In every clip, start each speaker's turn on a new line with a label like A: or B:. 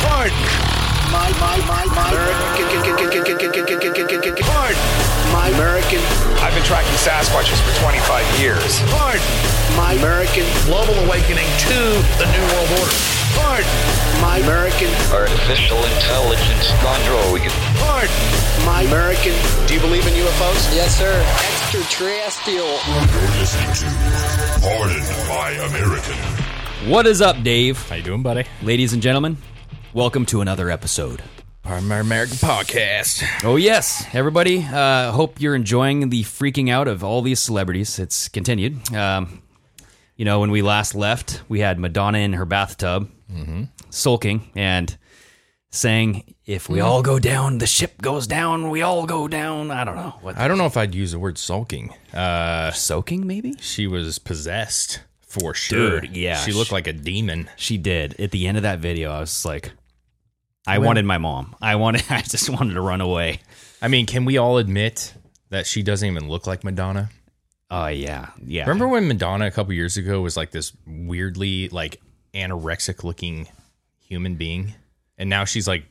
A: My, my, my, my American. Pardon. My American.
B: I've been tracking Sasquatches for 25 years.
A: Pardon. My American.
C: global awakening to the New World Order.
A: Pardon. My American.
D: Artificial intelligence android.
A: Pardon. My American.
B: Do you believe in UFOs?
E: Yes, sir. Extraterrestrial.
F: You're listening to Pardon My American.
G: What is up, Dave?
H: How you doing, buddy?
G: Ladies and gentlemen, welcome to another episode.
H: Pardon my American podcast.
G: Oh yes, everybody. Uh, hope you're enjoying the freaking out of all these celebrities. It's continued. Um, you know, when we last left, we had Madonna in her bathtub,
H: Mm-hmm.
G: sulking and saying, "If
H: Mm.
G: we all go down, the ship goes down. We all go down." I don't know what
H: I don't know if I'd use the word sulking. Uh,
G: soaking maybe.
H: she was possessed for sure.
G: Dude, yeah,
H: She looked
G: she-
H: like a demon.
G: She did. At the end of that video, I was just like, I wanted my mom. I wanted. I just wanted to run away.
H: I mean, can we all admit that she doesn't even look like Madonna?
G: Oh yeah, yeah.
H: Remember when Madonna a couple years ago was like this weirdly like anorexic looking human being? And now she's like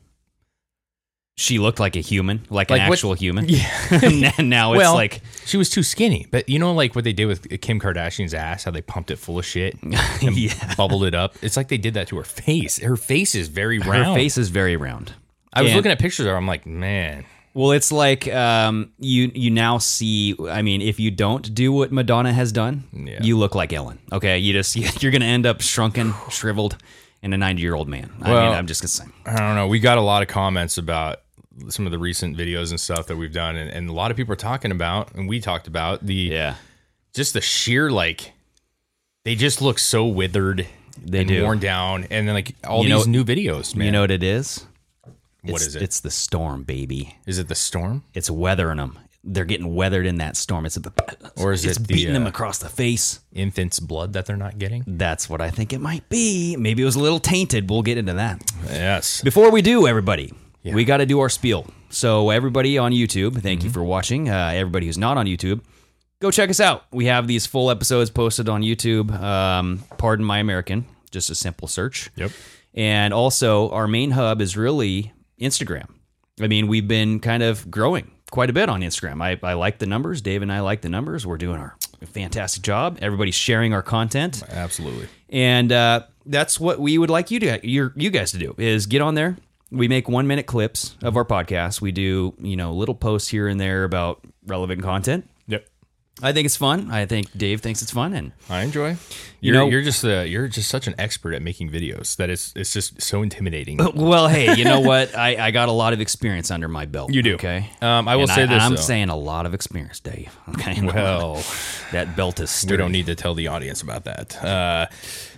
G: she looked like a human, like, an
H: Like what-
G: actual human. Yeah. and now it's
H: well,
G: like,
H: oh, she was too skinny. But you know, like what they did with Kim Kardashian's ass, how they pumped it full of shit, and
G: Yeah.
H: bubbled it up. It's like they did that to her face. Her face is very round.
G: her face is very round.
H: I was
G: and-
H: looking at pictures of her. I'm like, man,
G: Well, it's like um, you you now see. I mean, if you don't do what Madonna has done,
H: Yeah.
G: you look like Ellen. Okay, you just you're gonna end up shrunken, shriveled, and a 90 year old man. I
H: Well-
G: mean, I'm just gonna say.
H: I don't know. We got a lot of comments about some of the recent videos and stuff that we've done, and, and a lot of people are talking about, and we talked about the
G: Yeah,
H: just the sheer like they just look so withered.
G: They
H: and
G: do.
H: worn down, and then like all
G: You know-
H: these new videos, man.
G: you know what it is?
H: what
G: it's,
H: is it?
G: It's the storm, baby.
H: is it the storm?
G: It's weathering them. They're getting weathered in that storm. It's
H: Or is
G: it's
H: it the,
G: beating them
H: uh,
G: across the face.
H: Infant's blood that they're not getting.
G: That's what I think it might be. Maybe it was a little tainted. We'll get into that.
H: Yes.
G: Before we do, everybody, we got to do our spiel. So, everybody on YouTube, thank
H: Mm-hmm.
G: you for watching. Uh, everybody who's not on YouTube, go check us out. We have these full episodes posted on YouTube. Um, Pardon my American, just a simple search.
H: Yep.
G: And also, our main hub is really Instagram. I mean, we've been kind of growing quite a bit on Instagram. I, I like the numbers. Dave and I like the numbers. We're doing our fantastic job. Everybody's sharing our content
H: Absolutely.
G: and uh, that's what we would like you to your, you guys to do is get on there we make one minute clips of our podcast we do you know little posts here and there about relevant content
H: Yep.
G: i think it's fun i think dave thinks it's fun and
H: I enjoy. You're,
G: You
H: you
G: know-
H: know, you're just uh, you're just such an expert at making videos that it's it's just so intimidating.
G: well hey you know what I, I got a lot of experience under my belt
H: You do.
G: okay
H: Um, I will
G: And
H: say this.
G: i'm
H: though.
G: saying a lot of experience dave okay
H: Well,
G: that belt is
H: we
G: sturdy.
H: don't need to tell the audience about that. Uh,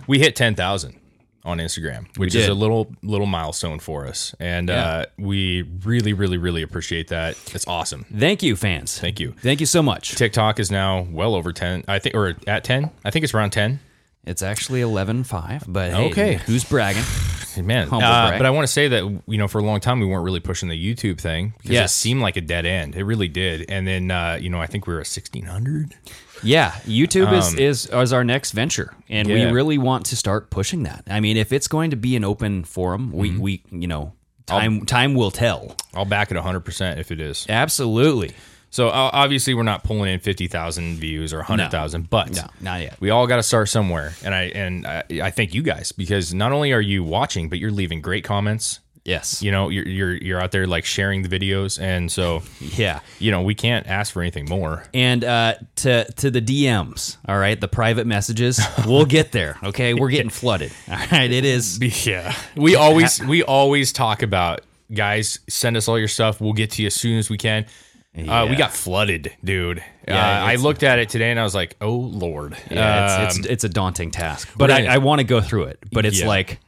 H: we hit ten thousand on Instagram, which is
G: did.
H: a little little milestone for us, and uh, we really, really, really appreciate that. It's awesome.
G: thank you fans
H: Thank you.
G: thank you so much
H: TikTok is now well over ten. I think, or at ten. I think it's around ten.
G: it's actually 11.5 but hey,
H: Okay.
G: who's bragging
H: Man,
G: Humble
H: uh,
G: brag.
H: but I want to say that you know for a long time we weren't really pushing the YouTube thing because
G: Yes.
H: it seemed like a dead end. It really did. And then uh, you know I think we were at sixteen hundred.
G: Yeah, YouTube is, is is our next venture, and
H: Um, Yeah.
G: we really want to start pushing that. I mean, if it's going to be an open forum, we
H: Mm-hmm.
G: we you know time time will tell.
H: I'll back it hundred percent if it is.
G: Absolutely,
H: So o- obviously we're not pulling in fifty thousand views or hundred thousand, but
G: No, not yet.
H: We all got to start somewhere, and I and I, I thank you guys because not only are you watching, but you're leaving great comments.
G: yes,
H: You know, you're you're you're out there like sharing the videos, and so
G: yeah.
H: you know we can't ask for anything more.
G: And uh, to to the DMs, all right, the private messages, we'll get there. Okay, we're getting flooded. All right, it is.
H: Yeah. We always we always talk about guys, send us all your stuff. We'll get to you as soon as we can. Uh, we got flooded, dude.
G: Yeah,
H: uh, I
G: it's-
H: looked at it today and I was like, "Oh Lord!"
G: Yeah, it's,
H: Um,
G: it's it's a daunting task, but I,
H: gonna-
G: I want to go through it. But it's
H: Yeah.
G: like,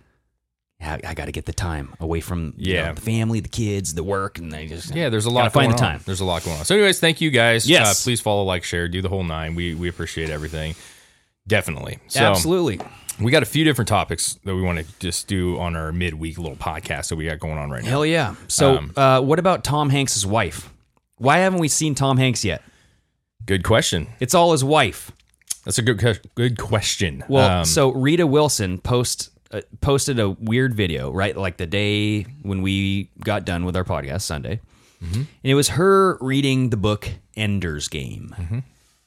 G: I, I got to get the time away from you
H: Yeah.
G: know, the family, the kids, the work, and they just
H: Yeah, there's a
G: Gotta
H: lot.
G: find
H: going
G: the
H: on.
G: time.
H: There's a lot going on. So, anyways, thank you guys. Uh,
G: Yes.
H: please follow, like, share, do the whole nine. We we appreciate everything. Definitely. So,
G: absolutely.
H: We got a few different topics that we want to just do on our midweek little podcast that we got going on right now.
G: Hell yeah! So,
H: Um,
G: uh, what about Tom Hanks' wife? Why haven't we seen Tom Hanks yet?
H: Good question.
G: It's all his wife.
H: That's a good que- good question.
G: Well,
H: Um,
G: so Rita Wilson post uh, posted a weird video, right? Like the day when we got done with our podcast Sunday,
H: Mm-hmm.
G: and it was her reading the book Ender's Game.
H: Mm-hmm.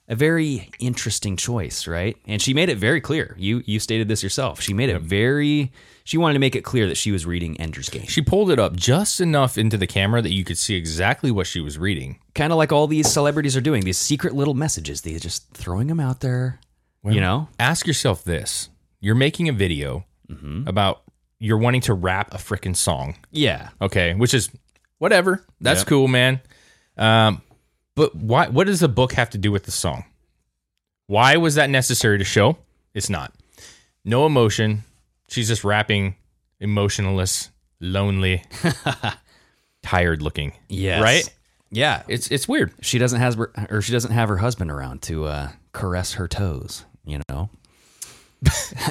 G: A very interesting choice, right? And she made it very clear. You you stated this yourself. She made it very. She wanted to make it clear that she was reading Ender's Game,
H: she pulled it up just enough into the camera that you could see exactly what she was reading.
G: kind of like all these celebrities are doing. These secret little messages. They're just throwing them out there. you know,
H: Ask yourself this: You're making a video about you're wanting to rap a freaking song.
G: yeah.
H: Okay, which is whatever. That's cool, man. Um, but why? What does the book have to do with the song? Why was that necessary to show? It's not. No emotion. She's just rapping, emotionless, lonely, tired looking.
G: Yes.
H: Right.
G: Yeah.
H: It's it's weird.
G: she doesn't has or she doesn't have her husband around to uh, caress her toes. You know.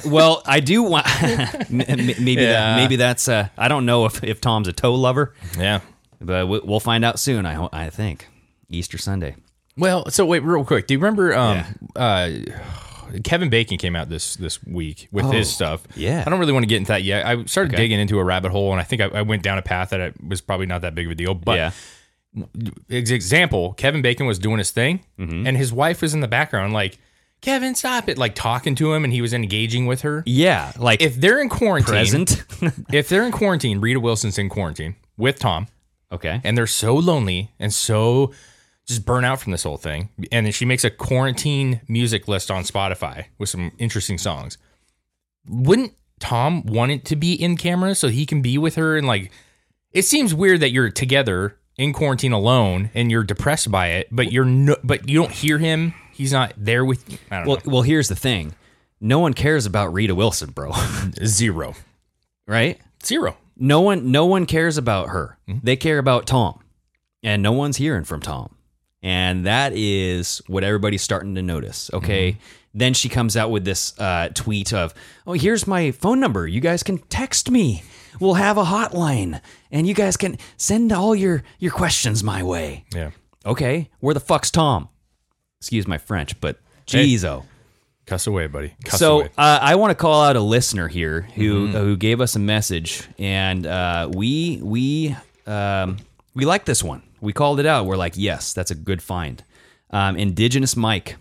G: well, I do want m- m- maybe that,
H: Yeah.
G: maybe that's uh, I don't know if, if Tom's a toe lover,
H: Yeah.
G: but we, we'll find out soon. I ho- I think Easter Sunday.
H: Well, so wait, real quick. Do you remember um, uh, Kevin Bacon came out this this week with his stuff?
G: Oh, yeah.
H: I don't really want to get into that yet. I started digging into a rabbit hole, and I think I, I went down a path that I, was probably not that big of a deal. But
G: Yeah.
H: ex- example, Kevin Bacon was doing his thing,
G: Mm-hmm.
H: and his wife was in the background, like Kevin, stop it, like talking to him, and he was engaging with her.
G: Yeah, like
H: If they're in quarantine,
G: present.
H: if they're in quarantine, Rita Wilson's in quarantine with Tom
G: okay.
H: and they're so lonely and so just burnt out from this whole thing. And then she makes a quarantine music list on Spotify with some interesting songs. Wouldn't Tom want it to be in camera so he can be with her? And like, it seems weird that you're together in quarantine alone and you're depressed by it, but you're no, but you don't hear him. He's not there with you. I don't
G: Well, well, here's the thing. No one cares about Rita Wilson, bro.
H: know. Zero.
G: right?
H: Zero.
G: No one no one cares about her. They care about Tom. And no one's hearing from Tom. And that is what everybody's starting to notice. Okay. Then she comes out with this uh, tweet of, Oh, here's my phone number. You guys can text me. We'll have a hotline and you guys can send all your, your questions my way.
H: Yeah.
G: Okay. Where the fuck's Tom? Excuse my French, but geez, oh.
H: Cuss away, buddy. Cuss
G: So
H: away.
G: uh, I want to call out a listener here who who gave us a message, and uh, we we um, we like this one. We called it out. We're like, yes, that's a good find. Um, Indigenous Mike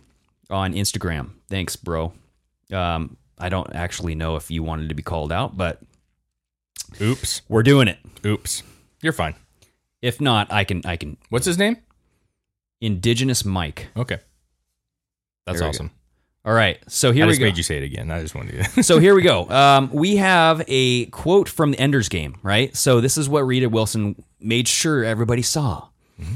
G: on Instagram. Thanks, bro. Um, I don't actually know if you wanted to be called out, but
H: Oops.
G: we're doing it.
H: Oops. You're fine.
G: If not, I can I can
H: What's his name?
G: Indigenous Mike.
H: Okay. That's
G: There we go.
H: awesome.
G: All right, so here
H: I
G: we
H: just
G: go.
H: made you say it again. I just wanted to.
G: so here we go. Um, we have a quote from the Ender's Game, right? So this is what Rita Wilson made sure everybody saw.
H: Mm-hmm.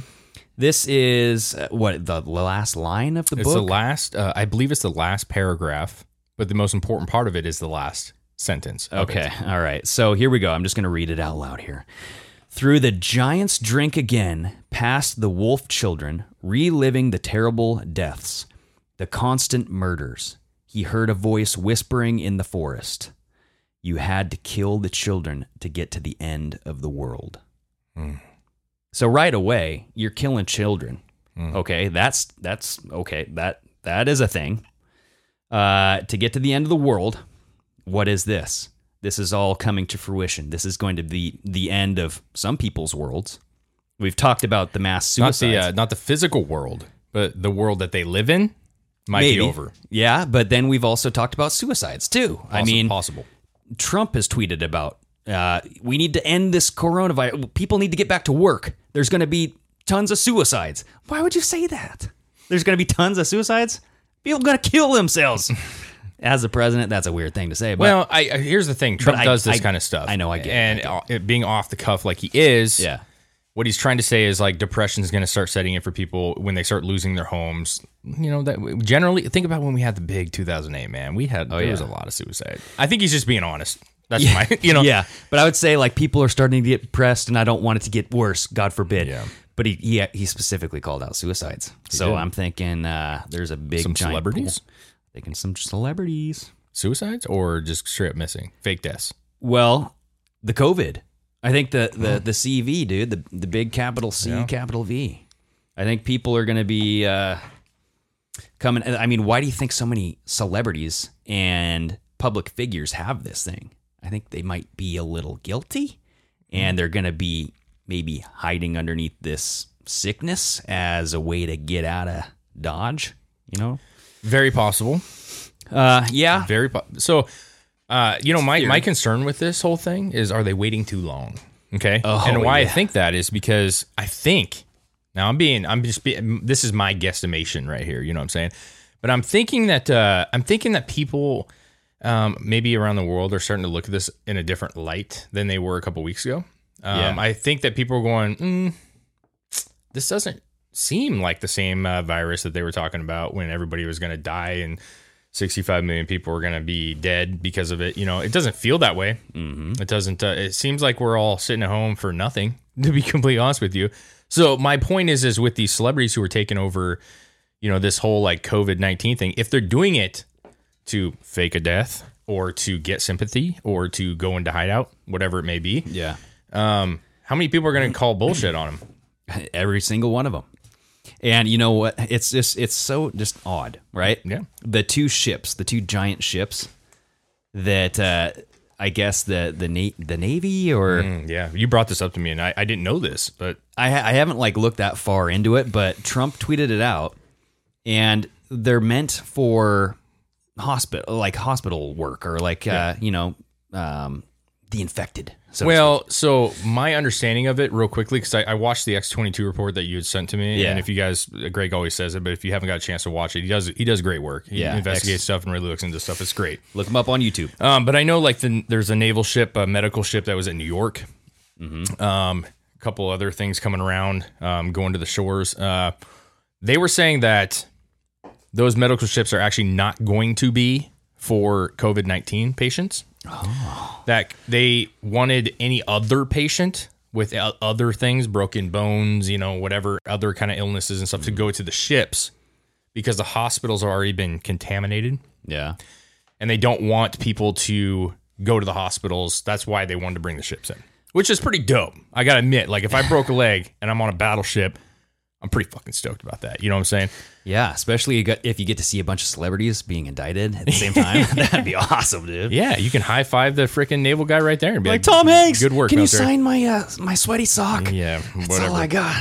G: This is uh, what the last line of the
H: it's
G: book.
H: the last. Uh, I believe it's the last paragraph, but the most important part of it is the last sentence. of it.
G: Okay. All right. So here we go. I'm just going to read it out loud here. Through the giant's drink again, past the wolf children, reliving the terrible deaths, the constant murders, he heard a voice whispering in the forest. You had to kill the children to get to the end of the world. So right away, you're killing children.
H: Mm-hmm.
G: Okay, that's that's okay. That that is a thing. Uh, to get to the end of the world, what is this? This is all coming to fruition. This is going to be the end of some people's worlds. We've talked about the mass
H: Not
G: suicides.
H: the uh, not the physical world, but the world that they live in might
G: Maybe.
H: be over.
G: Yeah, but then we've also talked about suicides too. I
H: Possi-
G: mean,
H: possible.
G: Trump has tweeted about uh, we need to end this coronavirus. People need to get back to work. There's going to be tons of suicides. Why would you say that? There's going to be tons of suicides. People going to kill themselves. As a president, that's a weird thing to say. But
H: Well, I, I- here's the thing. Trump
G: I-
H: does this
G: I-
H: kind of stuff.
G: I know, I get it,
H: and uh, it being off the cuff like he is.
G: yeah,
H: what he's trying to say is like depression is going to start setting in for people when they start losing their homes. You know that generally think about when we had the big 2008 man. We had there
G: Oh, yeah.
H: was a lot of suicide. I think he's just being honest. That's my you know
G: yeah. But I would say like people are starting to get depressed, and I don't want it to get worse. God forbid.
H: Yeah.
G: But he, he he specifically called out suicides. So I'm thinking uh, there's a big
H: Some
G: giant
H: celebrities?
G: pool. Thinking some celebrities.
H: suicides or just straight up missing fake deaths.
G: Well, the COVID. I think the the the CV, dude, the the big capital C, capital V. I think people are going to be uh, coming. I mean, why do you think so many celebrities and public figures have this thing? I think they might be a little guilty, and they're going to be maybe hiding underneath this sickness as a way to get out of dodge. You know?
H: Very possible.
G: Uh, yeah.
H: Very po- so. Uh, you know my my concern with this whole thing is are they waiting too long? Okay,
G: Oh,
H: and why I
G: yeah.
H: think that is because I think now I'm being I'm just be, this is my guesstimation right here. You know what I'm saying? But I'm thinking that uh, I'm thinking that people um, maybe around the world are starting to look at this in a different light than they were a couple weeks ago. Um,
G: Yeah.
H: I think that people are going, mm, this doesn't seem like the same uh, virus that they were talking about when everybody was going to die and 65 million people were going to be dead because of it. You know, it doesn't feel that way. Mm-hmm. It doesn't. Uh, it seems like we're all sitting at home for nothing. To be completely honest with you. So my point is, is with these celebrities who are taking over, you know, this whole like COVID nineteen thing. If they're doing it to fake a death or to get sympathy or to go into hideout, whatever it may be,
G: Yeah.
H: um, how many people are going to call bullshit on them?
G: every single one of them. And you know what? It's just it's so just odd, right?
H: Yeah.
G: The two ships, the two giant ships that uh I guess the the na- the navy or
H: Yeah, you brought this up to me, and I, I didn't know this, but
G: I ha- I haven't like looked that far into it, but Trump tweeted it out and they're meant for hospital like hospital work or like uh you know um the infected. So to
H: Well, so my understanding of it, real quickly, because I, I watched the X twenty two report that you had sent to me,
G: Yeah.
H: and if you guys, uh, Greg always says it, but if you haven't got a chance to watch it, he does he does great work. He
G: Yeah,
H: investigates
G: X-
H: stuff and really looks into stuff. It's great.
G: speak. look them up on YouTube.
H: Um, but I know like the, there's a naval ship, a medical ship that was in New York. Um, a couple other things coming around, um, going to the shores. Uh, they were saying that those medical ships are actually not going to be for COVID nineteen patients. That they wanted any other patient with o- other things, broken bones, you know, whatever other kind of illnesses and stuff, to go to the ships because the hospitals have already been contaminated
G: Yeah.
H: and they don't want people to go to the hospitals. That's why they wanted to bring the ships in, which is pretty dope. I gotta admit, like if I broke a leg and I'm on a battleship, I'm pretty fucking stoked about that. You know what I'm saying?
G: Yeah, especially you got- if you get to see a bunch of celebrities being indicted at the same time. That'd be awesome, dude.
H: Yeah, you can high five the freaking naval guy right there and be like, "Mm,
G: Like Tom Hanks.
H: good work,
G: Can you
H: Military."
G: sign my uh, my sweaty sock?
H: Yeah,
G: That's
H: whatever.
G: all I got.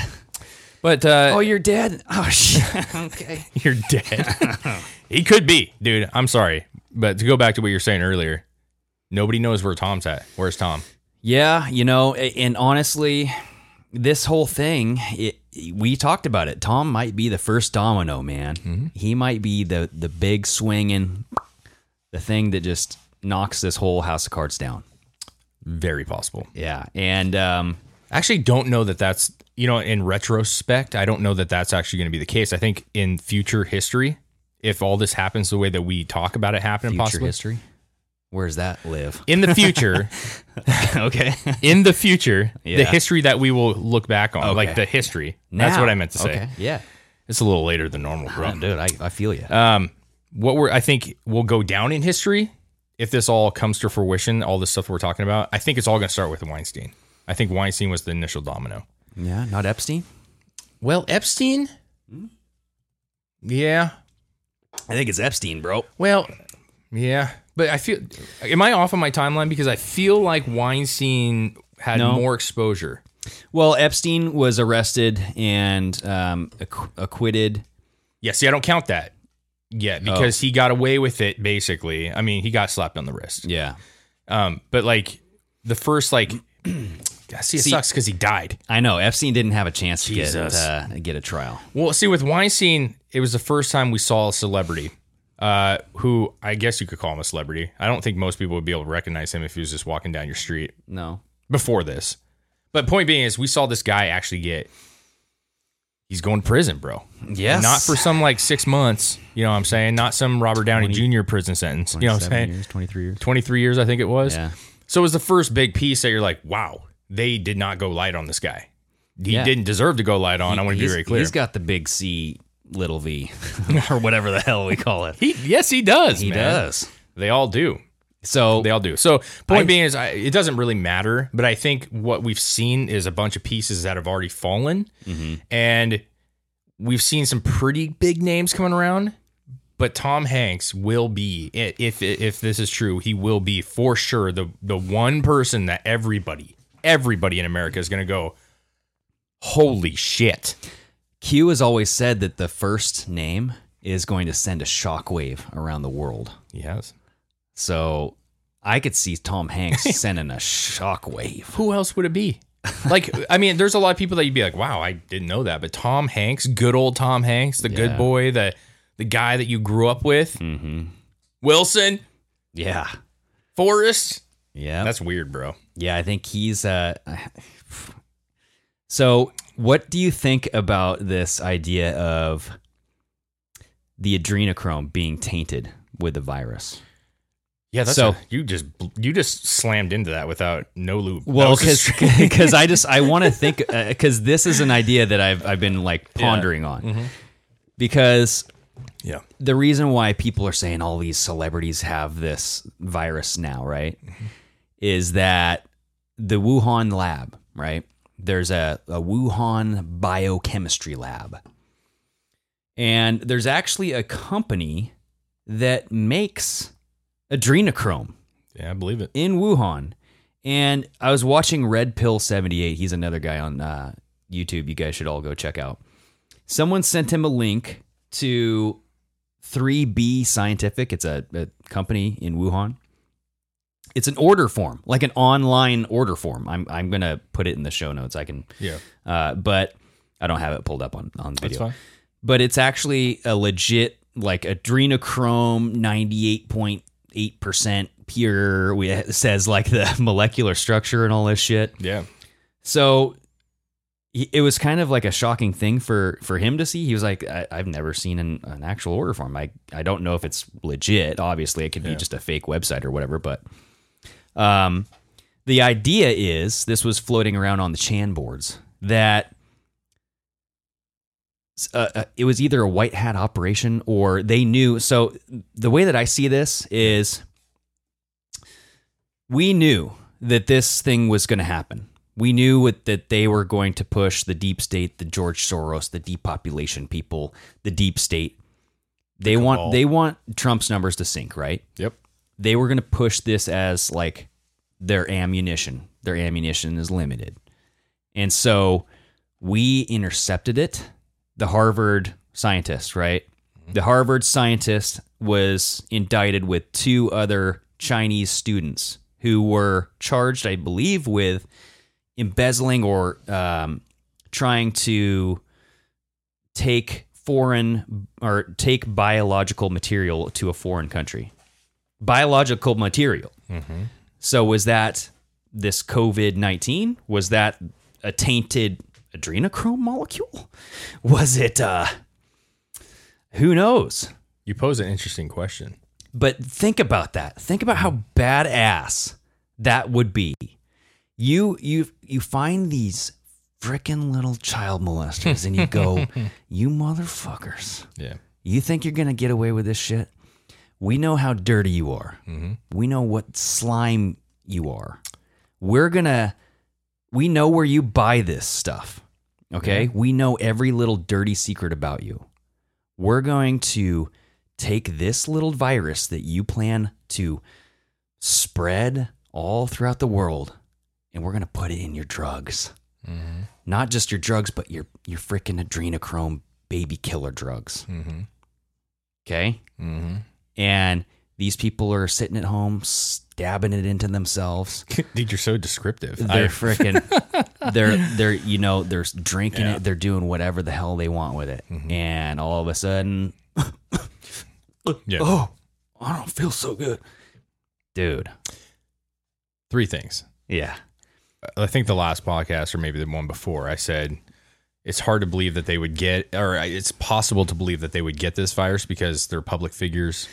H: But uh,
G: Oh, you're dead. Oh shit. okay.
H: You're dead. he could be, dude. I'm sorry, but to go back to what you were saying earlier, nobody knows where Tom's at. Where's Tom?
G: Yeah, you know, a- and honestly, this whole thing, it, we talked about it. Tom might be the first domino, man. He might be the the big swinging, the thing that just knocks this whole house of cards down.
H: Very possible.
G: Yeah, and um,
H: I actually don't know that that's you know in retrospect i don't know that that's actually going to be the case i think in future history if all this happens the way that we talk about it happening
G: future
H: possibly
G: history. Where does that live?
H: in the future
G: okay.
H: in the future the
G: Yeah.
H: history that we will look back on like
G: Okay.
H: the history that's what i meant to say
G: Yeah.
H: it's a little later than normal bro
G: Dude, I, I feel you.
H: what we're I think will go down in history if this all comes to fruition, all this stuff we're talking about. I think it's all going to start with Weinstein. I think Weinstein was the initial domino.
G: yeah, not Epstein.
H: Well, Epstein. Yeah.
G: I think it's Epstein, bro.
H: Well, yeah, but I feel am I off on my timeline because I feel like Weinstein had
G: No.
H: more exposure.
G: Well, Epstein was arrested and um, acqu- acquitted.
H: Yeah, see, I don't count that yet because he got away with it basically. I mean, he got slapped on the wrist.
G: Yeah.
H: Um, but like the first like God, see, it
G: See-
H: sucks because he died.
G: I know. Epstein didn't have a chance to get,
H: Jesus.
G: uh, get a trial.
H: Well, see, with Weinstein, it was the first time we saw a celebrity uh, who I guess you could call him a celebrity. I don't think most people would be able to recognize him if he was just walking down your street
G: No.
H: before this. But point being is, we saw this guy actually get. He's going to prison, bro.
G: Yes.
H: Not for some like six months. You know what I'm saying? Not some Robert Downey Jr. prison sentence. You know what I'm
G: 27
H: saying?
G: years, 23 years.
H: 23 years, I think it was.
G: Yeah.
H: So it was the first big piece that you're like, wow, they did not go light on this guy. He
G: Yeah.
H: didn't deserve to go light on. I want to be
G: He's-
H: very clear.
G: He's got the big C, little V, or whatever the hell we call it.
H: he, yes, he does.
G: He
H: man.
G: does.
H: They all do.
G: So
H: They all do. So point
G: I-
H: being is, I, it doesn't really matter. But I think what we've seen is a bunch of pieces that have already fallen,
G: Mm-hmm.
H: and we've seen some pretty big names coming around. But Tom Hanks will be, i- if if this is true, he will be for sure the the one person that everybody everybody in America is going to go. Holy shit!
G: Q has always said that the first name is going to send a shockwave around the world.
H: Yes.
G: So I could see Tom Hanks sending a shockwave.
H: Who else would it be? Like, I mean, there's a lot of people that you'd be like, wow, I didn't know that. But Tom Hanks, good old Tom Hanks, the good
G: Yeah.
H: boy, the the guy that you grew up with, Mm-hmm. Wilson,
G: Yeah.
H: Forrest.
G: Yeah.
H: That's weird, bro.
G: yeah, I think he's uh So, what do you think about this idea of the adrenochrome being tainted with the virus?
H: Yeah,
G: that's
H: so
G: a-
H: you just bl- you just slammed into that without no loop.
G: Well,
H: That was
G: because
H: just-
G: I just I want to think because this is an idea that I've I've been like pondering on because
H: Mm-hmm. yeah,
G: the reason why people are saying all these celebrities have this virus now, right,
H: Mm-hmm.
G: is that the Wuhan lab, right? There's a, a Wuhan biochemistry lab. And there's actually a company that makes adrenochrome
H: yeah, I believe it.
G: in Wuhan. And I was watching Red Pill 78. He's another guy on uh, YouTube you guys should all go check out. Someone sent him a link to 3B Scientific. It's a, a company in Wuhan. It's an order form, like an online order form. I'm, I'm going to put it in the show notes. I can,
H: Yeah,
G: uh, but I don't have it pulled up on, on video
H: that's fine.
G: but it's actually a legit like adrenochrome 98.8% pure we, it says like the molecular structure and all this shit
H: Yeah,
G: so he- it was kind of like a shocking thing for for him to see he was like I, i've never seen an, an actual order form i i don't know if it's legit obviously it could be just a fake website or whatever but um the idea is this was floating around on the chan boards that uh, uh, it was either a white hat operation or they knew. So the way that I see this is we knew that this thing was going to happen. We knew what, that they were going to push the deep state, the George Soros, the depopulation people, the deep state. They want they want Trump's numbers to sink, right?
H: yep.
G: They were going to push this as like their ammunition. Their ammunition is limited. And so we intercepted it. The Harvard scientist, right? The Harvard scientist was indicted with two other Chinese students who were charged, I believe, with embezzling or um, trying to take foreign or take biological material to a foreign country. Biological material. So was that this COVID nineteen? Was that a tainted adrenochrome molecule? Was it? uh Who knows?
H: You pose an interesting question.
G: But think about that. Think about how badass that would be. You you you find these frickin' little child molesters and you go, you motherfuckers.
H: Yeah,
G: You think you're going to get away with this shit? We know how dirty you are. We know what slime you are. We're going to, we know where you buy this stuff. Okay. We know every little dirty secret about you. We're going to take this little virus that you plan to spread all throughout the world and we're going to put it in your drugs. Not just your drugs, but your, your freaking adrenochrome baby killer drugs. Okay.
H: Mm-hmm.
G: And these people are sitting at home stabbing it into themselves.
H: dude, you're so descriptive.
G: They're
H: I-
G: freaking, they're, they're, you know, they're drinking it. They're doing whatever the hell they want with it.
H: Mm-hmm.
G: And all of a sudden,
H: yeah.
G: oh, I don't feel so good. Dude.
H: Three things.
G: Yeah.
H: I think the last podcast or maybe the one before, I said it's hard to believe that they would get, or it's possible to believe that they would get this virus because they're public figures.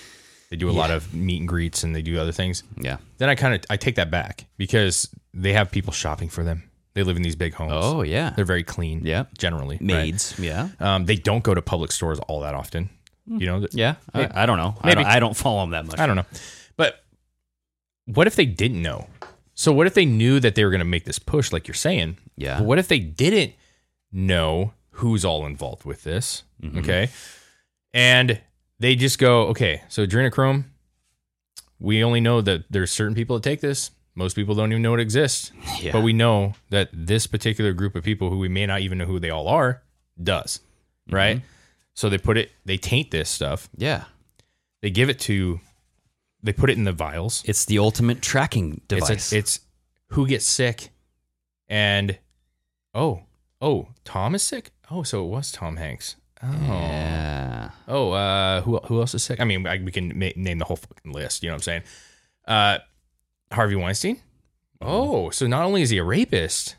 H: They do a lot of meet and greets and they do other things.
G: Yeah.
H: Then I kind of I take that back because they have people shopping for them. They live in these big homes.
G: Oh, yeah.
H: they're very clean.
G: Yeah.
H: generally right?
G: Maids. Yeah.
H: Um, they don't go to public stores all that often. You know. th-
G: Yeah. I- I, don't know. I
H: Maybe.
G: don't, I don't follow them that much.
H: I don't know. But what if they didn't know? So what if they knew that they were going to make this push, like you're saying?
G: Yeah.
H: But what if they didn't know who's all involved with this?
G: Mm-hmm.
H: Okay. And they just go, okay, so adrenochrome, we only know that there's certain people that take this. Most people don't even know it exists.
G: Yeah.
H: But we know that this particular group of people who we may not even know who they all are does. Right.
G: Mm-hmm.
H: So they put it, they taint this stuff
G: Yeah.
H: they give it to they put it in the vials
G: It's the ultimate tracking device.
H: it's it's who gets sick and oh oh tom is sick oh so it was tom hanks oh
G: yeah.
H: oh uh who, who else is sick i mean I, we can ma- name the whole fucking list you know what i'm saying uh harvey weinstein
G: Mm-hmm.
H: oh so not only is he a rapist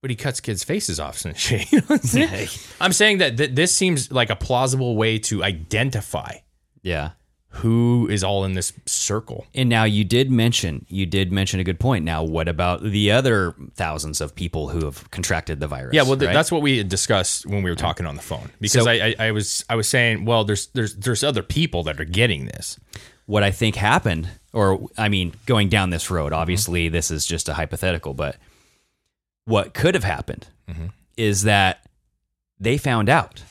H: but he cuts kids' faces off and shit. You know what I'm saying? I'm saying that th- this seems like a plausible way to identify
G: Yeah.
H: who is all in this circle.
G: And now you did mention you did mention a good point. Now what about the other thousands of people who have contracted the virus?
H: Yeah, well, th-
G: right?
H: that's what we had discussed when we were talking on the phone because
G: So-
H: I, I, I was I was saying, well, there's there's there's other people that are getting this.
G: what I think happened, or I mean, going down this road, obviously this is just a hypothetical, but what could have happened
H: Mm-hmm.
G: is that they found out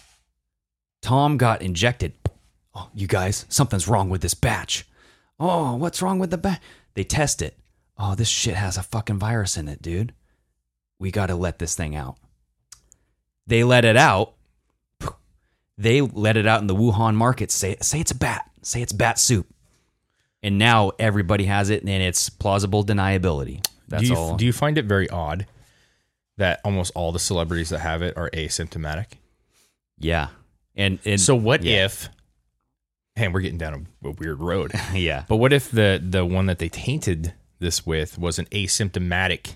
G: Tom got injected. Oh, you guys, something's wrong with this batch. Oh, what's wrong with the batch? They test it. Oh, this shit has a fucking virus in it, dude. We got to let this thing out. They let it out they let it out in the Wuhan market. Say say it's a bat. Say it's bat soup. And now everybody has it, and it's plausible deniability. That's
H: do you,
G: all.
H: Do you find it very odd that almost all the celebrities that have it are asymptomatic?
G: yeah. And, and
H: So what
G: yeah.
H: if? Man, we're getting down a, a weird road.
G: Yeah.
H: but what if the the one that they tainted this with was an asymptomatic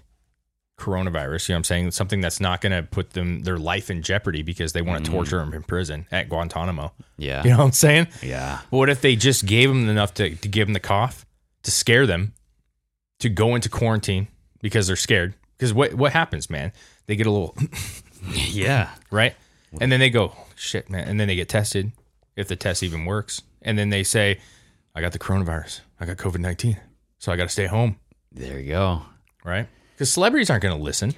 H: coronavirus? You know what I'm saying? Something that's not going to put them their life in jeopardy because they want to torture them in prison at Guantanamo.
G: Yeah.
H: You know what I'm saying?
G: Yeah.
H: But what if they just gave them enough to, to give them the cough to scare them to go into quarantine because they're scared? Because what what happens, man? They get a little
G: Yeah.
H: right, and then they go shit, man, and then they get tested if the test even works, and then they say, I got the coronavirus, I got COVID nineteen, so I got to stay home,
G: There you go.
H: right? Because celebrities aren't going to listen.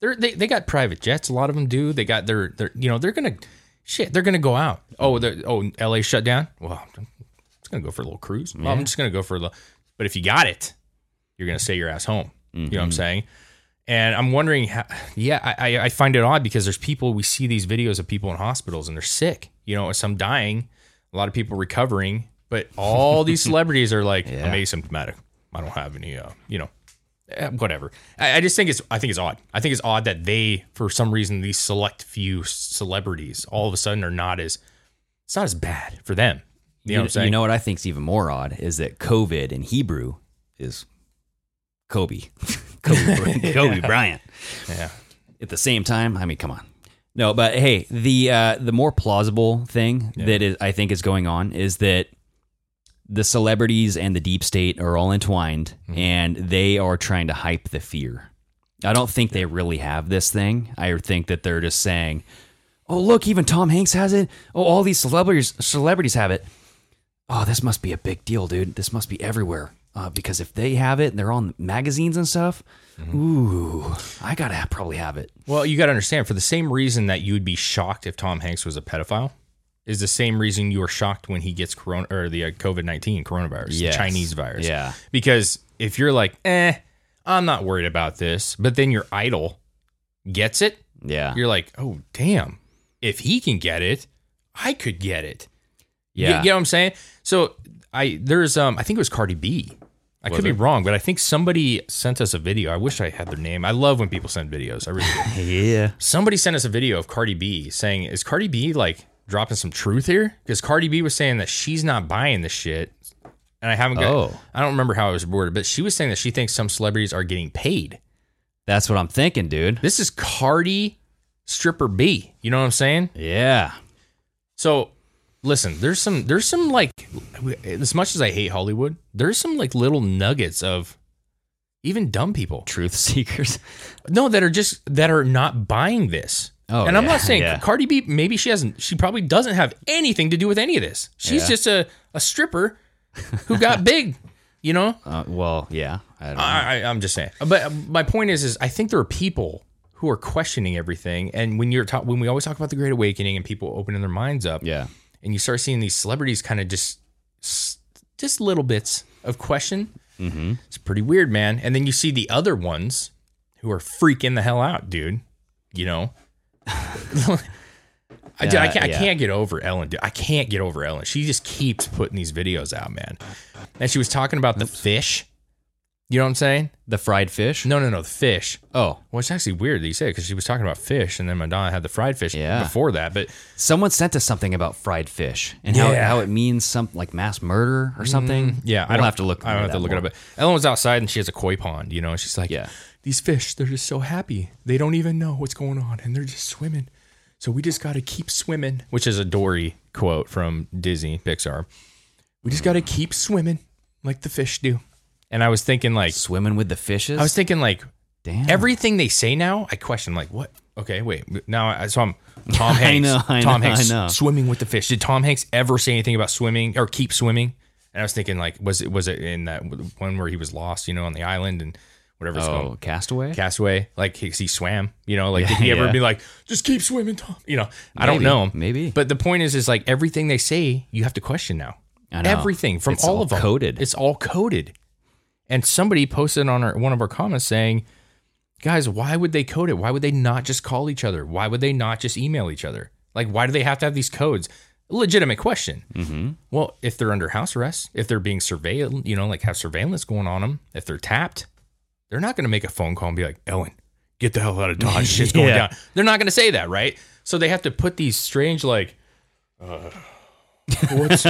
H: They're, they they got private jets. A lot of them do. They got their their you know they're gonna shit. They're gonna go out. Oh they're- oh L.A. shut down. Well, I'm just gonna go for a little cruise. Well, I'm just gonna go for a little. But if you got it, you're gonna stay your ass home. You know what I'm saying? And I'm wondering how. Yeah, I, I I find it odd because there's people we see these videos of people in hospitals and they're sick. You know, some dying, a lot of people recovering, but all these celebrities are like I'm asymptomatic. I don't have any. Uh, you know, eh, whatever. I, I just think it's I think it's odd. I think it's odd that they, for some reason, these select few celebrities, all of a sudden are not as it's not as bad for them. You, know what I'm saying?
G: You know what I think's even more odd is that COVID in Hebrew is Kobe. Kobe, Bryant- Kobe Bryant.
H: yeah.
G: at the same time, I mean, come on. No, but hey, the uh, the more plausible thing that is, I think is going on is that the celebrities and the deep state are all entwined,
H: Mm-hmm.
G: and they are trying to hype the fear. I don't think they really have this thing. I think that they're just saying, "Oh, look, even Tom Hanks has it. Oh, all these celebrities celebrities have it. Oh, this must be a big deal, dude. This must be everywhere." Uh, because if they have it and they're on magazines and stuff,
H: Mm-hmm.
G: ooh, I gotta ha- probably have it.
H: Well, you got to understand for the same reason that you'd be shocked if Tom Hanks was a pedophile is the same reason you are shocked when he gets corona or the uh, COVID 19 coronavirus,
G: Yes.
H: the Chinese virus.
G: Yeah.
H: Because if you're like, eh, I'm not worried about this, but then your idol gets it,
G: Yeah.
H: you're like, oh, damn. If he can get it, I could get it. You
G: yeah.
H: get, you know what I'm saying? So I there's um I think it was Cardi B. I could be wrong, but I think somebody sent us a video. I wish I had their name. I love when people send videos. I really do.
G: Yeah.
H: somebody sent us a video of Cardi B saying, "Is Cardi B like dropping some truth here?" Because Cardi B was saying that she's not buying this shit, and I haven't. Got,
G: Oh.
H: I don't remember how it was worded, but she was saying that she thinks some celebrities are getting paid
G: That's what I'm thinking, dude.
H: This is Cardi stripper B. You know what I'm saying?
G: Yeah.
H: So listen, there's some there's some like as much as I hate Hollywood, there's some like little nuggets of even dumb people.
G: Truth seekers.
H: No, that are just that are not buying this.
G: Oh,
H: and I'm
G: yeah,
H: not saying
G: yeah.
H: Cardi B. Maybe she hasn't. She probably doesn't have anything to do with any of this. She's
G: Yeah.
H: just a, a stripper who got big. You know,
G: Uh, well, yeah. I don't know.
H: I, I, I'm just saying. But my point is, is I think there are people who are questioning everything. And when you're ta- when we always talk about the Great Awakening and people opening their minds up,
G: yeah.
H: and you start seeing these celebrities kind of just s- just little bits of question.
G: Mm-hmm.
H: It's pretty weird, man. And then you see the other ones who are freaking the hell out, dude. You know, I, dude, I, can't,
G: Yeah,
H: I
G: yeah.
H: can't get over Ellen. Dude. I can't get over Ellen. She just keeps putting these videos out, man. And she was talking about the fish. You know what I'm saying?
G: The fried fish.
H: No, no, no, the fish.
G: Oh,
H: Well, it's actually weird that you say it because she was talking about fish, and then Madonna had the fried fish
G: Yeah.
H: before that. But
G: someone sent us something about fried fish and how,
H: Yeah. Mm,
G: how it means some like mass murder or something.
H: Yeah,
G: we'll
H: I don't
G: have to look.
H: I don't have to look it up. But Ellen was outside and she has a koi pond, you know, and she's like,
G: Yeah.
H: these fish, they're just so happy. They don't even know what's going on, and they're just swimming. So we just got to keep swimming," which is a Dory quote from Disney Pixar. We just got to keep swimming like the fish do. And I was thinking, like,
G: Swimming with the fishes.
H: I was thinking, like,
G: Damn.
H: everything they say now, I question, like, what? Okay, wait. Now, I, so I'm Tom
G: I
H: Hanks.
G: know, I
H: Tom
G: know,
H: Hanks
G: I know.
H: swimming with the fish. Did Tom Hanks ever say anything about swimming or keep swimming? And I was thinking, like, was it was it in that one where he was lost, you know, on the island and whatever it's
G: oh,
H: called,
G: Castaway.
H: Castaway? Like, he, he swam, you know, like did he
G: Yeah,
H: ever
G: yeah.
H: be like, just keep swimming, Tom? You know, I don't
G: Maybe,
H: know,
G: maybe.
H: But the point is, is like everything they say, you have to question now.
G: I know.
H: Everything from
G: It's
H: all,
G: all
H: of them
G: coded.
H: It's all coded. And somebody posted on our, one of our comments saying, guys, why would they code it? Why would they not just call each other? Why would they not just email each other? Like, why do they have to have these codes? Legitimate question. Mm-hmm. Well, if they're under house arrest, if they're being surveilled, you know, like have surveillance going on them, if they're tapped, they're not going to make a phone call and be like, Ellen, get the hell out of Dodge. Shit's going
G: Yeah.
H: down. They're not going to say that, right? So they have to put these strange, like, uh, what's,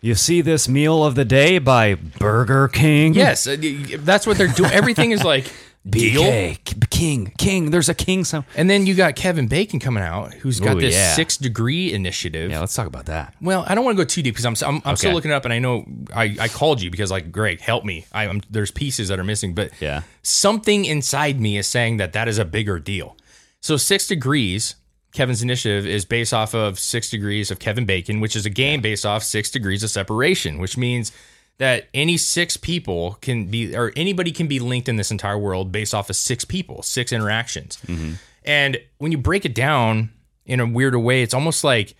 G: You see this meal of the day by Burger King.
H: yes, uh, that's what they're doing. Everything is like, deal.
G: BK K- King King. There's a King. Some.
H: And then you got Kevin Bacon coming out, who's got
G: Ooh,
H: this
G: yeah.
H: six degree initiative.
G: Yeah, let's talk about that.
H: Well, I don't want to go too deep because I'm, I'm, I'm still
G: Okay.
H: looking it up, and I know I, I called you because like Greg, help me. I, I'm there's pieces that are missing, but
G: Yeah.
H: something inside me is saying that that is a bigger deal. So six degrees, Kevin's initiative is based off of six degrees of Kevin Bacon, which is a game based off six degrees of separation, which means that any six people can be or anybody can be linked in this entire world based off of six people, six interactions.
G: Mm-hmm.
H: And when you break it down in a weirder way, it's almost like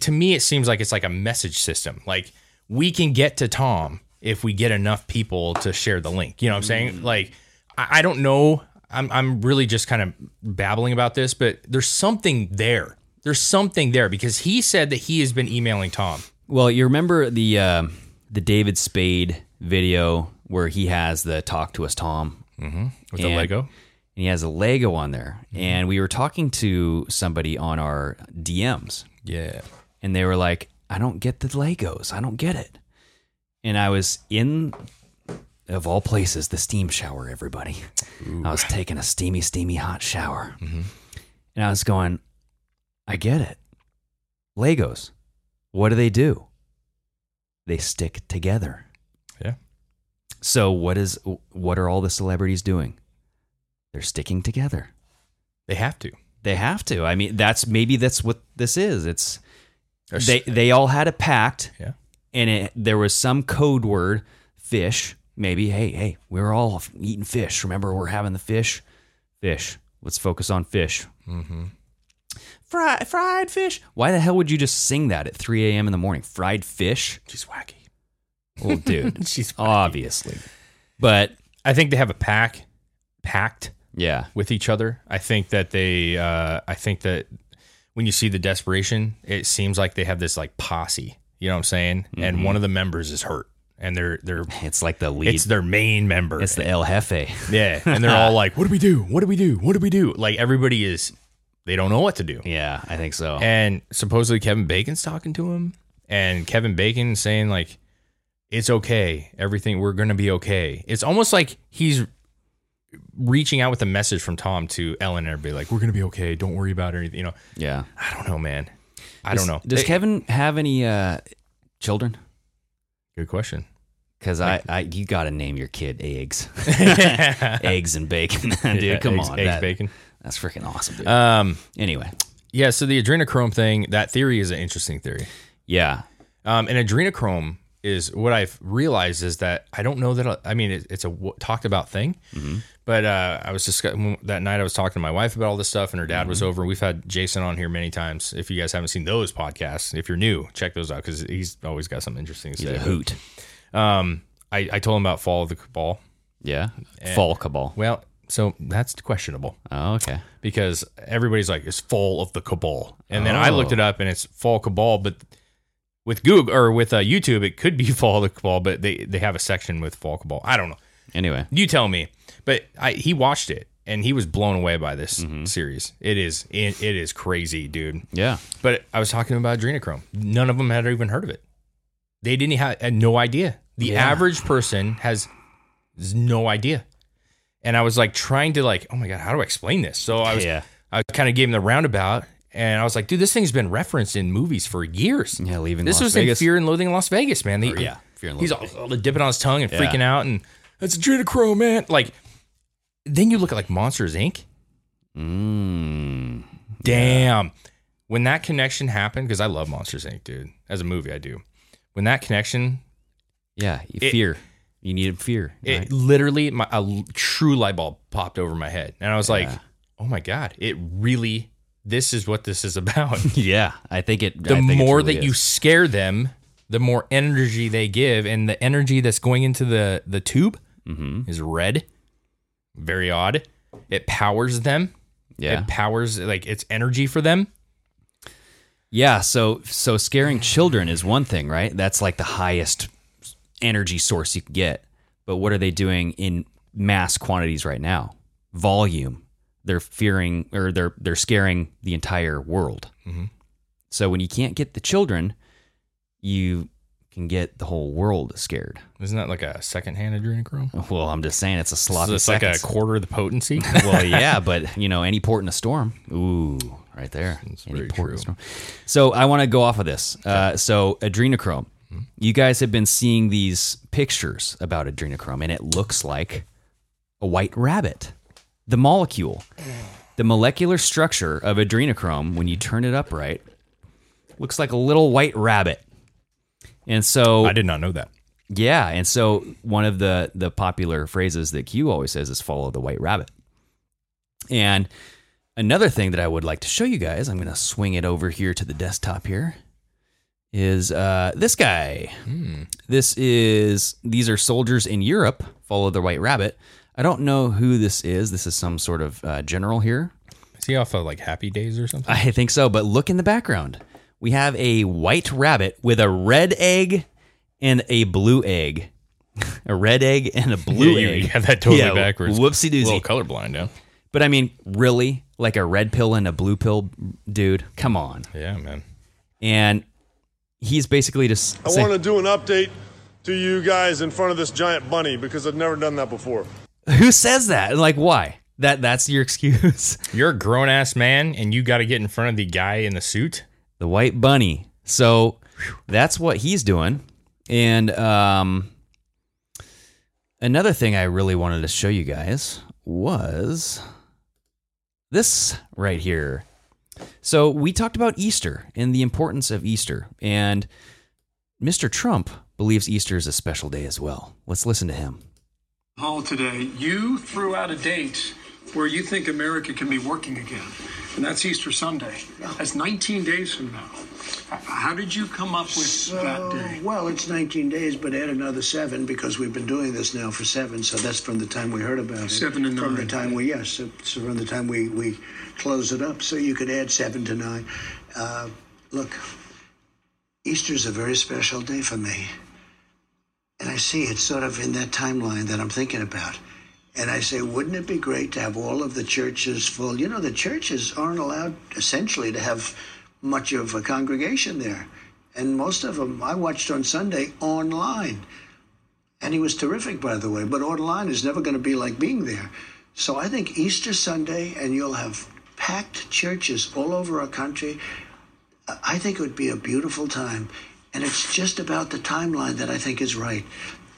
H: to me it seems like it's like a message system like we can get to tom if we get enough people to share the link you know what i'm saying like i, I don't know I'm, I'm really just kind of babbling about this but there's something there there's something there because he said that he has been emailing tom
G: Well, you remember the um the David Spade video where he has the talk to us Tom
H: with
G: And-
H: the lego
G: and he has a Lego on there. And we were talking to somebody on our DMs,
H: yeah
G: and they were like, I don't get the Legos. I don't get it. And I was in, of all places, the steam shower, everybody. I was taking a steamy, steamy hot shower. And I was going, I get it. Legos, what do they do? They stick together.
H: Yeah.
G: So what is what are all the celebrities doing? They're sticking together
H: they have to
G: they have to. I mean, that's maybe that's what this is. It's
H: There's-
G: they they all had a pact,
H: Yeah.
G: and it, there was some code word, fish. Maybe hey hey, we're all f- eating fish. Remember, we're having the fish, fish. Let's focus on fish. Mm-hmm. Fried fried fish. Why the hell would you just sing that at 3 a.m. in the morning? Fried fish.
H: she's wacky
G: Well, dude,
H: she's
G: obviously, but
H: i think they have a pack pact
G: yeah,
H: with each other. I think that they, uh, I think that when you see the desperation, it seems like they have this like posse. You know what I'm saying? And one of the members is hurt, and they're they're
G: it's like the lead.
H: it's
G: It's,
H: their main member.
G: the El Jefe.
H: yeah, and they're all like, "What do we do? What do we do? What do we do?" Like everybody is, they don't know what to do.
G: Yeah, I think so.
H: And supposedly Kevin Bacon's talking to him, and Kevin Bacon saying like, "It's okay, everything. We're gonna be okay." It's almost like he's reaching out with a message from Tom to Ellen and everybody, like, we're going to be okay. Don't worry about anything. You know,
G: Yeah.
H: I don't know, man. I
G: Does-
H: don't know.
G: Does
H: Hey,
G: Kevin have any uh, children?
H: Good question.
G: Because I, I, you got to name your kid eggs, eggs and bacon, dude.
H: Yeah,
G: come
H: eggs-
G: on,
H: eggs,
G: that-
H: bacon.
G: That's freaking awesome, dude.
H: Um,
G: anyway,
H: yeah. So the adrenochrome thing, that theory is an interesting theory.
G: yeah,
H: Um, and adrenochrome is what I've realized is that I don't know that I, I mean it, it's a w- talked about thing,
G: Mm-hmm.
H: but uh, I was discuss- that night I was talking to my wife about all this stuff, and her dad
G: Mm-hmm.
H: was over. We've had Jason on here many times. If you guys haven't seen those podcasts, if you're new, check those out because he's always got something interesting to
G: he's
H: say.
G: a hoot.
H: Um, I, I told him about fall of the cabal.
G: Yeah, fall cabal.
H: Well, so that's questionable
G: Oh, okay.
H: because everybody's like it's fall of the cabal, and then I
G: Oh.
H: looked it up and it's fall cabal, but with Google or with uh, YouTube, it could be fall of the cabal, but they they have a section with fall cabal. I don't know.
G: Anyway,
H: You tell me. But I he watched it and he was blown away by this
G: Mm-hmm.
H: series. It is it, it is crazy, dude.
G: yeah,
H: But I was talking about adrenochrome. None of them had even heard of it. They didn't have had no idea. The average person has z- no idea. And I was like trying to like, oh my god, how do I explain this? So I was
G: Yeah.
H: I kind of gave him the roundabout, and I was like, dude, this thing's been referenced in movies for years.
G: Yeah, Leaving
H: this
G: Las
H: was
G: Vegas.
H: in Fear and Loathing in Las Vegas, man. They,
G: Or, yeah, Fear and
H: he's all,
G: Loathing.
H: all the dipping on his tongue and freaking out, and that's adrenochrome, man. Like, then you look at like Monsters Inc. Hmm.
G: mm,
H: Damn. When that connection happened, because I love Monsters Inc., dude. As a movie, I do. When that connection,
G: yeah. You
H: It-
G: fear. You needed fear.
H: it
G: right?
H: literally, my, a l- true light bulb popped over my head. And I was like,
G: Yeah.
H: oh my God, it really, this is what this is about.
G: Yeah, I think it.
H: the
G: I think it
H: more
G: truly
H: that
G: is.
H: you scare them, the more energy they give. And the energy that's going into the, the tube
G: Mm-hmm.
H: is red. Very odd. It powers them.
G: yeah,
H: It powers, like, it's energy for them.
G: yeah. So, so scaring children is one thing, right? That's like the highest energy source you can get. But what are they doing in mass quantities right now? Volume. They're fearing or they're they're scaring the entire world.
H: Mm-hmm.
G: So when you can't get the children, you can get the whole world scared.
H: Isn't that like a secondhand adrenochrome?
G: Well, I'm just saying it's a
H: So
G: sloppy
H: it's like a
G: seconds.
H: quarter of the potency.
G: well, yeah, but you know, any port in a storm. Ooh, right there. any
H: very
G: port
H: true.
G: in a storm. So I want to go off of this. Uh, so adrenochrome.
H: Hmm?
G: You guys have been seeing these pictures about adrenochrome, and it looks like a white rabbit. The molecule, the molecular structure of adrenochrome, when you turn it upright, looks like a little white rabbit. And so
H: I did not know that.
G: yeah, and so one of the the popular phrases that Q always says is "follow the white rabbit." And another thing that I would like to show you guys, I'm going to swing it over here to the desktop here, is uh, this guy. This is these are soldiers in Europe. Follow the white rabbit. I don't know who this is. This is some sort of uh, general here.
H: Is he off of like Happy Days or something?
G: I think so, but look in the background. We have a white rabbit with a red egg and a blue egg. A red egg and a Uh, blue
H: Yeah, you-
G: egg.
H: you have that totally
G: Yeah,
H: backwards.
G: Whoopsie
H: A
G: doozy.
H: little colorblind, yeah.
G: but I mean, really? Like a red pill and a blue pill, dude? Come on.
H: Yeah, man.
G: And he's basically just.
I: I
G: saying-
I: want to do an update to you guys in front of this giant bunny because I've never done that before.
G: who says that? And like, why? That That's your excuse.
H: You're a grown ass man, and you got to get in front of the guy in the suit.
G: the white bunny. So that's what he's doing. And um, another thing I really wanted to show you guys was this right here. So we talked about Easter and the importance of Easter, and Mr. Trump believes Easter is a special day as well. Let's listen to him.
J: Hall today, you threw out a date where you think America can be working again, and that's Easter Sunday. That's 19 days from now. How did you come up with
A: So,
J: that day?
A: well, it's 19 days, but add another seven because we've been doing this now for seven. So that's from the time we heard about it.
J: Seven and
A: From the
J: nine.
A: time we yes, so, so from the time we we close it up. So you could add seven to nine. Uh, look, Easter's a very special day for me, and I see it's sort of in that timeline that I'm thinking about. And I say, wouldn't it be great to have all of the churches full? You know, the churches aren't allowed essentially to have much of a congregation there. And most of them I watched on Sunday online. And he was terrific, by the way. But online is never going to be like being there. So I think Easter Sunday, and you'll have packed churches all over our country. I I think it would be a beautiful time. And it's just about the timeline that I think is right.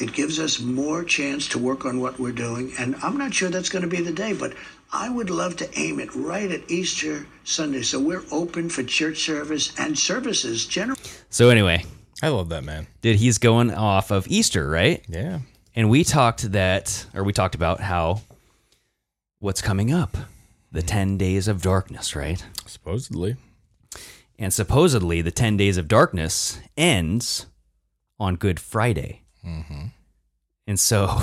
A: It gives us more chance to work on what we're doing. And I'm not sure that's going to be the day, but I would love to aim it right at Easter Sunday. So we're open for church service and services generally.
G: So anyway,
H: I love that man.
G: Did he's going off of Easter, right?
H: Yeah.
G: And we talked that, or we talked about how what's coming up, the
H: Mm-hmm.
G: ten days of darkness, right?
H: Supposedly.
G: And supposedly, the ten days of darkness ends on Good Friday,
H: Mm-hmm.
G: and so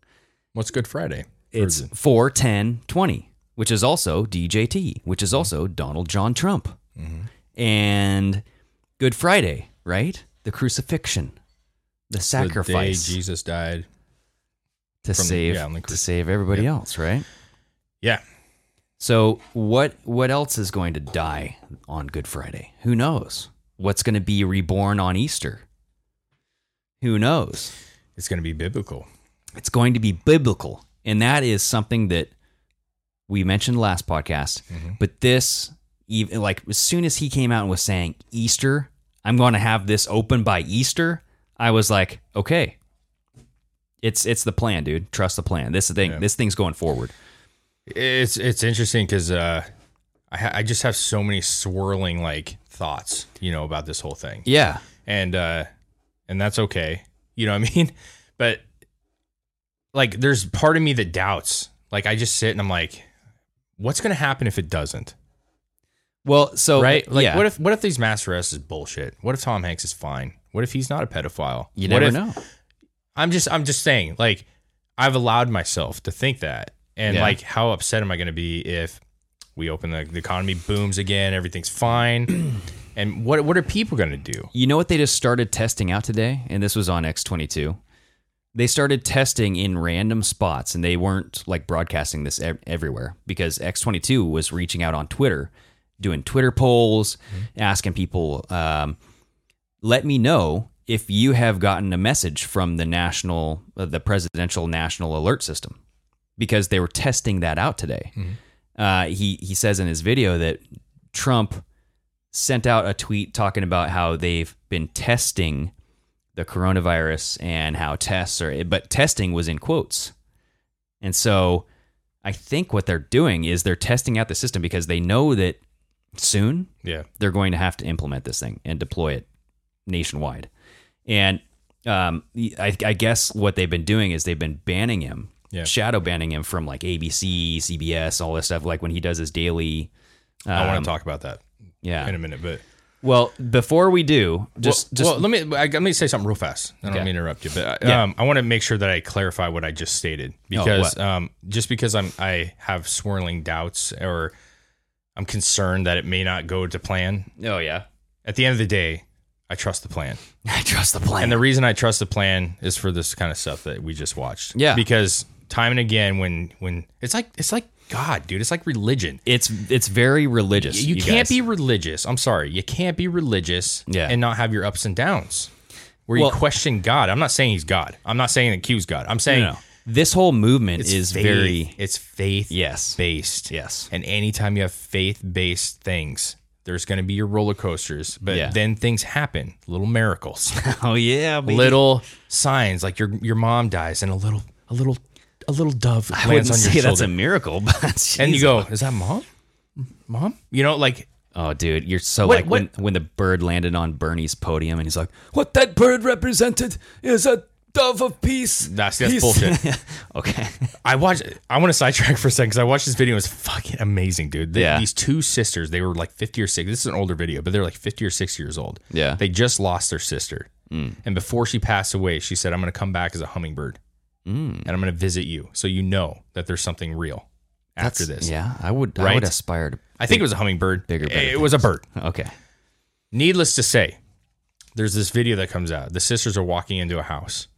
H: What's Good Friday?
G: it's
H: Thursday.
G: 4, 10, 20, which is also DJT, which
H: Mm-hmm.
G: is also Donald John Trump, and Good Friday, right? The crucifixion,
H: The
G: the
H: day
G: sacrifice
H: Jesus died.
G: to
H: from the-
G: save
H: yeah, on the
G: to
H: cruci-
G: save everybody else, right?
H: Yeah.
G: So what what else is going to die on Good Friday? Who knows? What's going to be reborn on Easter? Who knows?
H: It's going to be biblical.
G: It's going to be biblical, and that is something that we mentioned last podcast.
H: Mm-hmm.
G: But this even like as soon as he came out and was saying Easter, I'm going to have this open by Easter, I was like, okay. It's it's the plan, dude. Trust the plan. This thing this thing's going forward.
H: It's it's interesting because uh, I ha- I just have so many swirling like thoughts, you know, about this whole thing,
G: Yeah.
H: and uh, and that's okay, you know what I mean. But like, there's part of me that doubts. Like, I just sit and I'm like, what's going to happen if it doesn't?
G: Well, so
H: right? Like,
G: yeah.
H: what if what if these mass arrests is bullshit? What if Tom Hanks is fine? What if he's not a pedophile?
G: you
H: What
G: never
H: if-
G: know?
H: I'm just I'm just saying, like, I've allowed myself to think that. And
G: Yeah.
H: like how upset am I gonna be if we open the, the economy booms again, everything's fine. and what what are people gonna do?
G: You know what they just started testing out today, and this was on X22. They started testing in random spots, and they weren't like broadcasting this ev- everywhere because X22 was reaching out on Twitter, doing Twitter polls, asking people, um, "Let me know if you have gotten a message from the national, uh, the presidential national alert system," because they were testing that out today. Uh, he he says in his video that Trump sent out a tweet talking about how they've been testing the coronavirus and how tests are, but testing was in quotes. And so I think what they're doing is they're testing out the system because they know that soon
H: Yeah.
G: they're going to have to implement this thing and deploy it nationwide. And um, I, I guess what they've been doing is they've been banning him,
H: Yeah.
G: shadow banning him from like ABC, CBS, all this stuff. Like when he does his daily,
H: I
G: um,
H: wanna talk about that
G: yeah,
H: in a minute, but
G: well, before we do, just
H: well,
G: just
H: well, let me I, let me say something real fast. I don't
G: Okay.
H: mean to interrupt you, but I,
G: Yeah. Oh,
H: um, I want to make sure that I clarify what I just stated because um, just because I'm I have swirling doubts or I'm concerned that it may not go to plan.
G: oh yeah,
H: At the end of the day, I trust the plan.
G: I trust the plan.
H: And the reason I trust the plan is for this kind of stuff that we just watched.
G: Yeah.
H: Because time and again, when when it's like it's like God, dude, it's like religion.
G: it's it's very religious.
H: You, can't
G: guys.
H: be religious. I'm sorry, you can't be religious
G: Yeah.
H: and not have your ups and downs, where
G: Well-
H: you question God. I'm not saying He's God. I'm not saying that Q's God. I'm saying
G: No, no. This whole movement
H: it's
G: is
H: faith.
G: very
H: it's faith
G: yes,
H: based.
G: Yes.
H: And anytime you have faith based things, there's going to be your roller coasters, but
G: Yeah.
H: then things happen, little miracles.
G: oh yeah,
H: little signs like your your mom dies and a little a little a little dove lands
G: I wouldn't
H: on your
G: say
H: shoulder
G: that's a miracle, but
H: and you go is that mom mom you know like
G: oh dude, you're so
H: What-
G: like when when the bird landed on Bernie's podium, and he's like, what that bird represented is a dove of peace.
H: That's- that's
G: Peace."
H: bullshit.
G: okay,
H: I watch I want to sidetrack for a second because I watched this video it was fucking amazing dude They-
G: Yeah.
H: these two sisters they were like 50 or 60 this is an older video but they're like 50 or 60 years old
G: Yeah. Mm.
H: they just lost their sister and before she passed away she said I'm gonna come back as a hummingbird
G: Mm.
H: and I'm gonna visit you so you know that there's something real after
G: That's-
H: this
G: yeah, I would I
H: Right?
G: would aspire to.
H: I think it was a hummingbird
G: Bigger,
H: it
G: better
H: was a bird
G: Okay,
H: Needless to say, there's this video that comes out. The sisters are walking into a house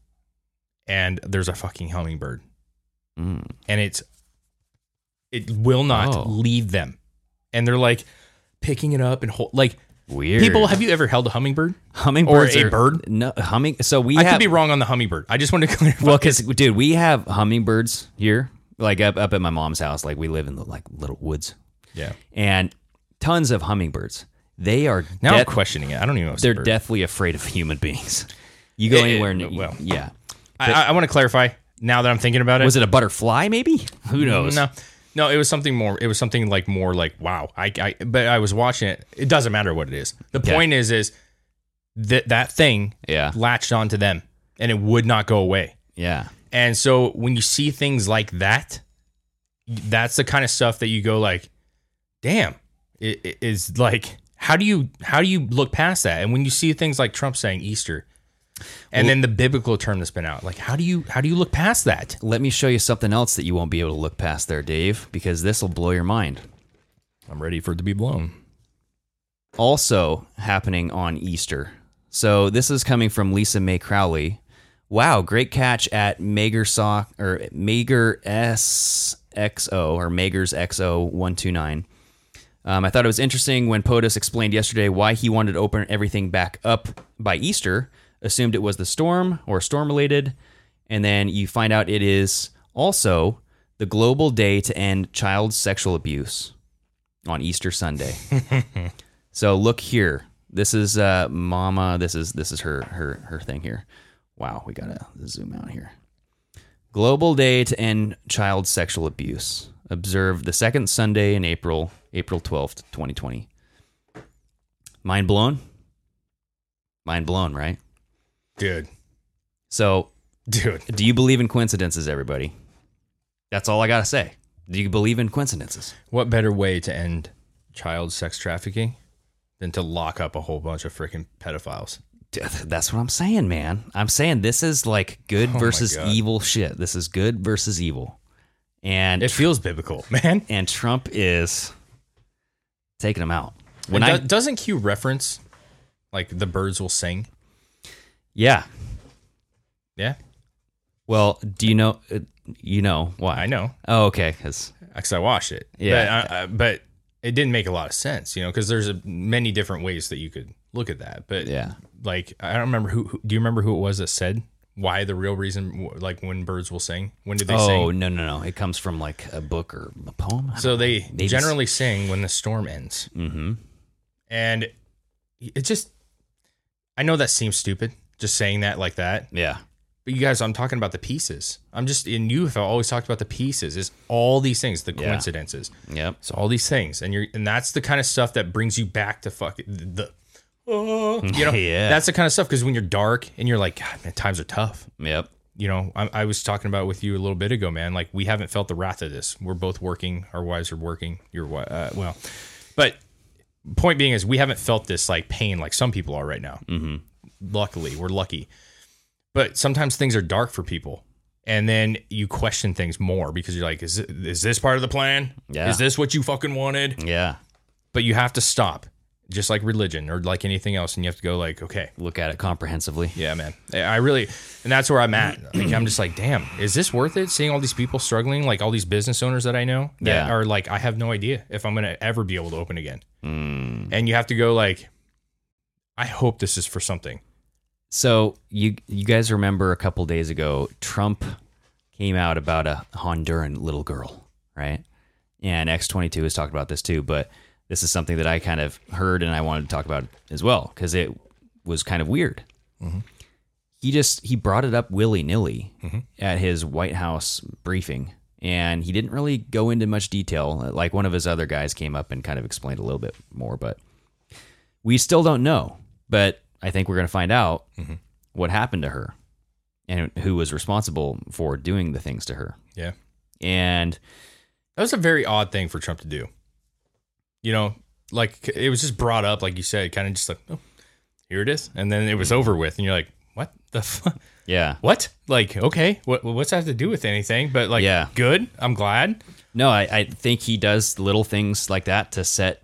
H: and there's a fucking hummingbird. And it's it will not
G: Mm. Oh.
H: leave them. And they're like picking it up and hold like
G: weird.
H: people have you ever held a hummingbird?
G: hummingbirds
H: or a
G: are-
H: bird?
G: No, humming. So we
H: I
G: have
H: could be wrong on the hummingbird. I just wanted to clarify.
G: Well, because dude, we have hummingbirds here. like up up at my mom's house. Like we live in the like little woods.
H: Yeah.
G: and tons of hummingbirds. They are
H: Now I'm
G: death-
H: questioning it. I don't even know if it's a
G: They're
H: bird.
G: deathly afraid of human beings. You go
H: Eh, eh,
G: anywhere, and
H: well.
G: yeah.
H: I, I, I want to clarify now that I'm thinking about it.
G: Was it a butterfly? Maybe who knows?
H: Mm, No, no, it was something more. It was something like more like wow. I, I but I was watching it. It doesn't matter what it is. The
G: Yeah.
H: point is, is that that thing
G: Yeah.
H: latched onto them and it would not go away.
G: Yeah.
H: And so when you see things like that, that's the kind of stuff that you go like, damn, it, it is like how do you how do you look past that? And when you see things like Trump saying Easter. And then the biblical term that's been out, like how do you how do you look past that?
G: Let me show you something else that you won't be able to look past there, Dave, because this will blow your mind.
H: I'm ready for it to be blown.
G: also happening on Easter. So this is coming from Lisa May Crowley. Wow, great catch at Mager Sock or Mager SXO or Mager's XO one two nine. Um, I thought it was interesting when POTUS explained yesterday why he wanted to open everything back up by Easter. Assumed it was the storm or storm related, and then you find out it is also the global day to end child sexual abuse on Easter Sunday. So look here. This is uh, Mama. This is this is her her her thing here. Wow, we gotta zoom out here. Global Day to End Child Sexual Abuse, observed the second Sunday in April, April twelfth, twenty twenty. Mind blown. Mind blown, right?
H: Dude.
G: So,
H: Dude.
G: do you believe in coincidences, everybody? That's all I gotta say. Do you believe in coincidences?
H: What better way to end child sex trafficking than to lock up a whole bunch of freaking pedophiles?
G: Dude, That's what I'm saying, man. I'm saying this is like good
H: Oh my
G: versus
H: God.
G: evil shit. This is good versus evil. And
H: It feels biblical, man.
G: and Trump is taking them out.
H: When
G: When I
H: doesn't Q reference like the birds will sing?
G: yeah.
H: Yeah,
G: Well, do you know uh, you know why?
H: I know
G: Oh, okay, cuz
H: because I watched it.
G: Yeah.
H: but, I, I, but it didn't make a lot of sense, you know, because there's a, many different ways that you could look at that. But
G: Yeah.
H: like I don't remember who, who. Do you remember who it was that said why the real reason? Like when birds will sing? When did they
G: Oh,
H: sing?
G: no, no, no. It comes from like a book or a poem. I
H: So
G: don't know.
H: they
G: Maybe it's-
H: generally sing when the storm ends. Mm-hmm. And it just, I know that seems stupid, just saying that like that.
G: Yeah.
H: But you guys, I'm talking about the pieces. I'm just in you. If I always talked about the pieces, is all these things, the
G: Yeah.
H: coincidences.
G: Yep.
H: It's all these things, and you're, and that's the kind of stuff that brings you back to fuck the, oh, you know,
G: Yeah.
H: that's the kind of stuff. Because when you're dark and you're like, God, man, times are tough
G: Yep.
H: you know, I, I was talking about with you a little bit ago, man. Like we haven't felt the wrath of this. We're both working. Our wives are working. Your wi- uh, well, but point being is we haven't felt this like pain like some people are right now. Mm-hmm. Luckily, we're lucky. But sometimes things are dark for people, and then you question things more because you're like, is it, is this part of the plan?
G: Yeah.
H: Is this what you fucking wanted?
G: Yeah.
H: But you have to stop, just like religion or like anything else, and you have to go like, okay,
G: Look at it comprehensively.
H: yeah, man. I- I really, and that's where I'm at. Like, I'm just like, damn, is this worth it? Seeing all these people struggling, like all these business owners that I know that
G: Yeah.
H: are like, I have no idea if I'm going to ever be able to open again.
G: Hmm.
H: And you have to go like, I hope this is for something.
G: So you you guys remember a couple days ago, Trump came out about a Honduran little girl, right? And X twenty two has talked about this too, but this is something that I kind of heard and I wanted to talk about as well because it was kind of weird. He just he brought it up willy nilly at his White House briefing, and he didn't really go into much detail. Like one of his other guys came up and kind of explained a little bit more, but we still don't know, but I think we're going to find out what happened to her and who was responsible for doing the things to her.
H: Yeah.
G: And
H: That was a very odd thing for Trump to do. You know, like it was just brought up, like you said, kind of just like, oh, here it is. And then it was over with. And you're like, what the fuck?
G: yeah,
H: What? Like, okay, what, what's that have to do with anything? But like,
G: Yeah.
H: good. I'm glad.
G: no, I, I think he does little things like that to set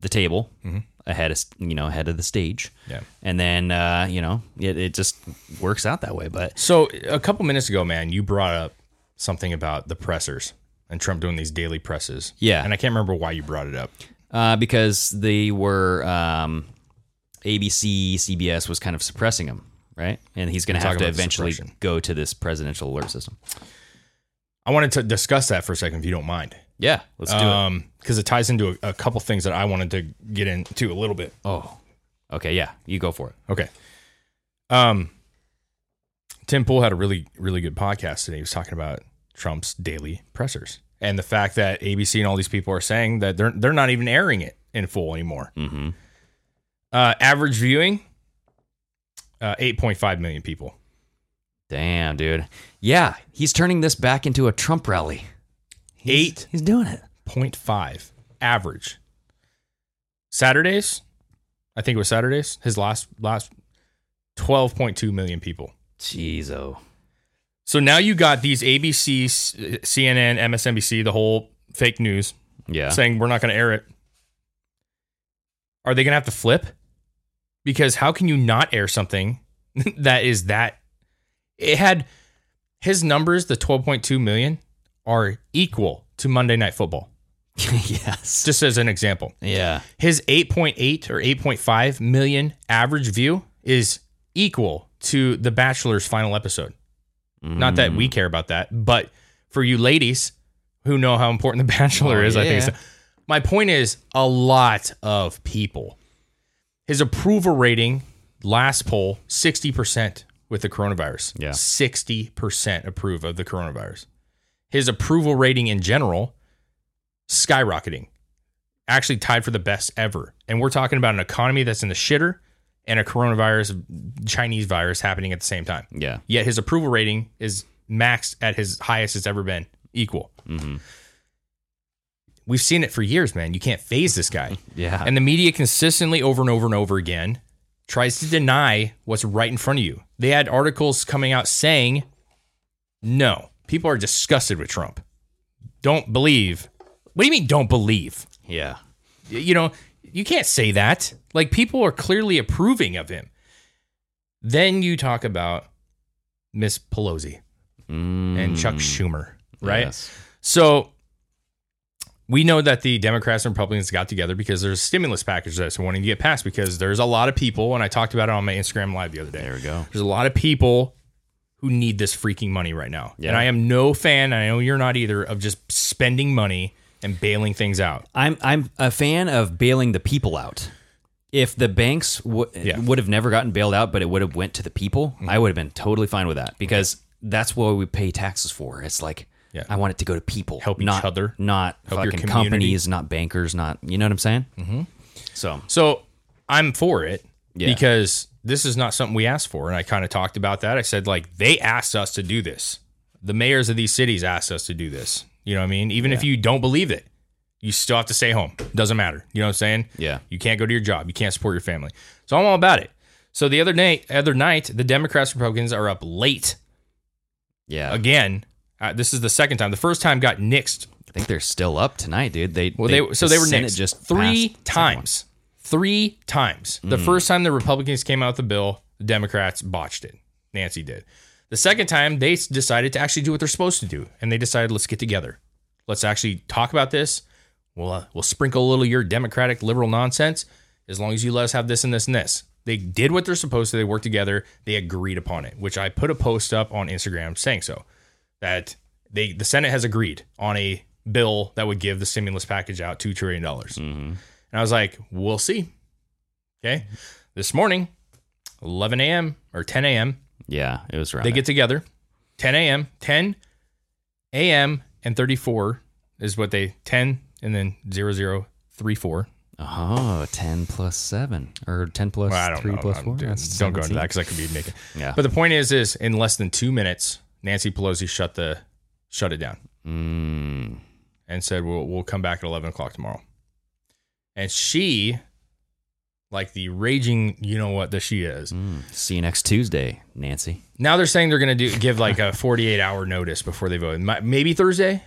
G: the table
H: Mm-hmm.
G: ahead of you know ahead of the stage.
H: Yeah.
G: and then uh, you know it, it just works out that way. But
H: So a couple minutes ago, man, you brought up something about the pressers and Trump doing these daily presses.
G: Yeah.
H: and I can't remember why you brought it up.
G: uh, because they were um, ABC, CBS was kind of suppressing him, right? And he's going
H: We're
G: to have
H: talking
G: to
H: about the
G: eventually
H: suppression.
G: go to this presidential alert system.
H: I wanted to discuss that for a second, if you don't mind.
G: Yeah, let's do
H: Um,
G: it.
H: Because it ties into a, a couple things that I wanted to get into a little bit.
G: Oh, okay. Yeah, you go for it.
H: Okay. Um, Tim Pool had a really, really good podcast today. He was talking about Trump's daily pressers and the fact that ABC and all these people are saying that they're they're not even airing it in full anymore.
G: Mm-hmm.
H: Uh, average viewing, uh, eight point five million people.
G: Damn, dude. Yeah, he's turning this back into a Trump rally.
H: Eight
G: He's doing it.
H: point five average. Saturdays, I think it was Saturdays. His last last twelve point two million people.
G: Jeez, oh.
H: So now you got these ABC, CNN, MSNBC, the whole fake news
G: Yeah.
H: saying we're not going to air it. Are they going to have to flip? Because how can you not air something that is that? It had his numbers, the 12.2 million, are equal to Monday Night Football.
G: yes.
H: Just as an example,
G: yeah.
H: his 8.8 or 8.5 million average view is equal to The Bachelor's final episode. Not that
G: Mm.
H: we care about that, but for you ladies who know how important The Bachelor
G: Oh,
H: is, I think
G: yeah.
H: it's. My point is, a lot of people. His approval rating last poll, 60% with the coronavirus.
G: Yeah.
H: 60% approve of the coronavirus. His approval rating in general, skyrocketing. Actually tied for the best ever. And we're talking about an economy that's in the shitter and a coronavirus, Chinese virus happening at the same time
G: Yeah.
H: yet his approval rating is maxed at his highest it's ever been, equal.
G: Mm-hmm.
H: We've seen it for years, man. You can't phase this guy.
G: Yeah.
H: And the media consistently over and over and over again tries to deny what's right in front of you. They had articles coming out saying, no, people are disgusted with Trump. Don't believe. What do you mean, don't believe?
G: Yeah.
H: Y- you know, you can't say that. Like people are clearly approving of him. Then you talk about Miss Pelosi and Chuck Schumer, right?
G: Mm. Yes.
H: So we know that the Democrats and Republicans got together because there's a stimulus package that's wanting to get passed because there's a lot of people, and I talked about it on my Instagram live the other day.
G: There we go.
H: There's a lot of people who need this freaking money right now.
G: Yeah.
H: And I am no fan, and I know you're not either, of just spending money and bailing things out.
G: I'm I'm a fan of bailing the people out. If the banks w-
H: Yeah.
G: would have never gotten bailed out, but it would have went to the people, I would have been totally fine with that because that's what we pay taxes for. It's like
H: Yeah.
G: I want it to go to people,
H: Help each
G: not,
H: other.
G: not
H: Help your
G: fucking
H: community.
G: companies, not bankers, not you know what I'm saying. Mm-hmm. So
H: So I'm for it
G: Yeah.
H: because this is not something we asked for. And I kind of talked about that. I said, like, they asked us to do this. The mayors of these cities asked us to do this. You know what I mean? Even if you don't believe it, you still have to stay home. Doesn't matter. You know what I'm saying?
G: Yeah.
H: You can't go to your job. You can't support your family. So I'm all about it. So the other day, other night, the Democrats Republicans are up late
G: yeah,
H: again. Uh, this is the second time. The first time got nixed
G: I think they're still up tonight, dude. They
H: well, they, so
G: the
H: they were
G: Senate
H: nixed
G: just
H: three
G: passed the second one. Hmm.
H: times. Three times. The first time the Republicans came out with the bill, the Democrats botched it. Nancy did. The second time they s- decided to actually do what they're supposed to do, and they decided let's get together, let's actually talk about this. We'll uh, we'll sprinkle a little of your Democratic liberal nonsense as long as you let us have this and this and this. They did what they're supposed to. They worked together. They agreed upon it, which I put a post up on Instagram saying so that they the Senate has agreed on a bill that would give the stimulus package out two trillion dollars. And I was like, we'll see. Okay. This morning, 11 a.m. or 10 a.m.,
G: Yeah, it was right.
H: they get together. 10 a.m., 10 a.m. and 34 is what they 10 and then 0034.
G: oh, 10 plus seven or ten plus
H: Well, I don't
G: three
H: know.
G: plus
H: I'm-
G: four.
H: dude,
G: That's
H: don't go into
G: 17.
H: that because I could be making.
G: Yeah.
H: But the point is, is in less than two minutes, Nancy Pelosi shut the shut it down and said, "We'll we'll come back at eleven o'clock tomorrow." And she, like the raging, you know what that she is.
G: Hmm. See you next Tuesday, Nancy.
H: Now they're saying they're going to do give like a forty-eight hour notice before they vote. Mi- Maybe Thursday,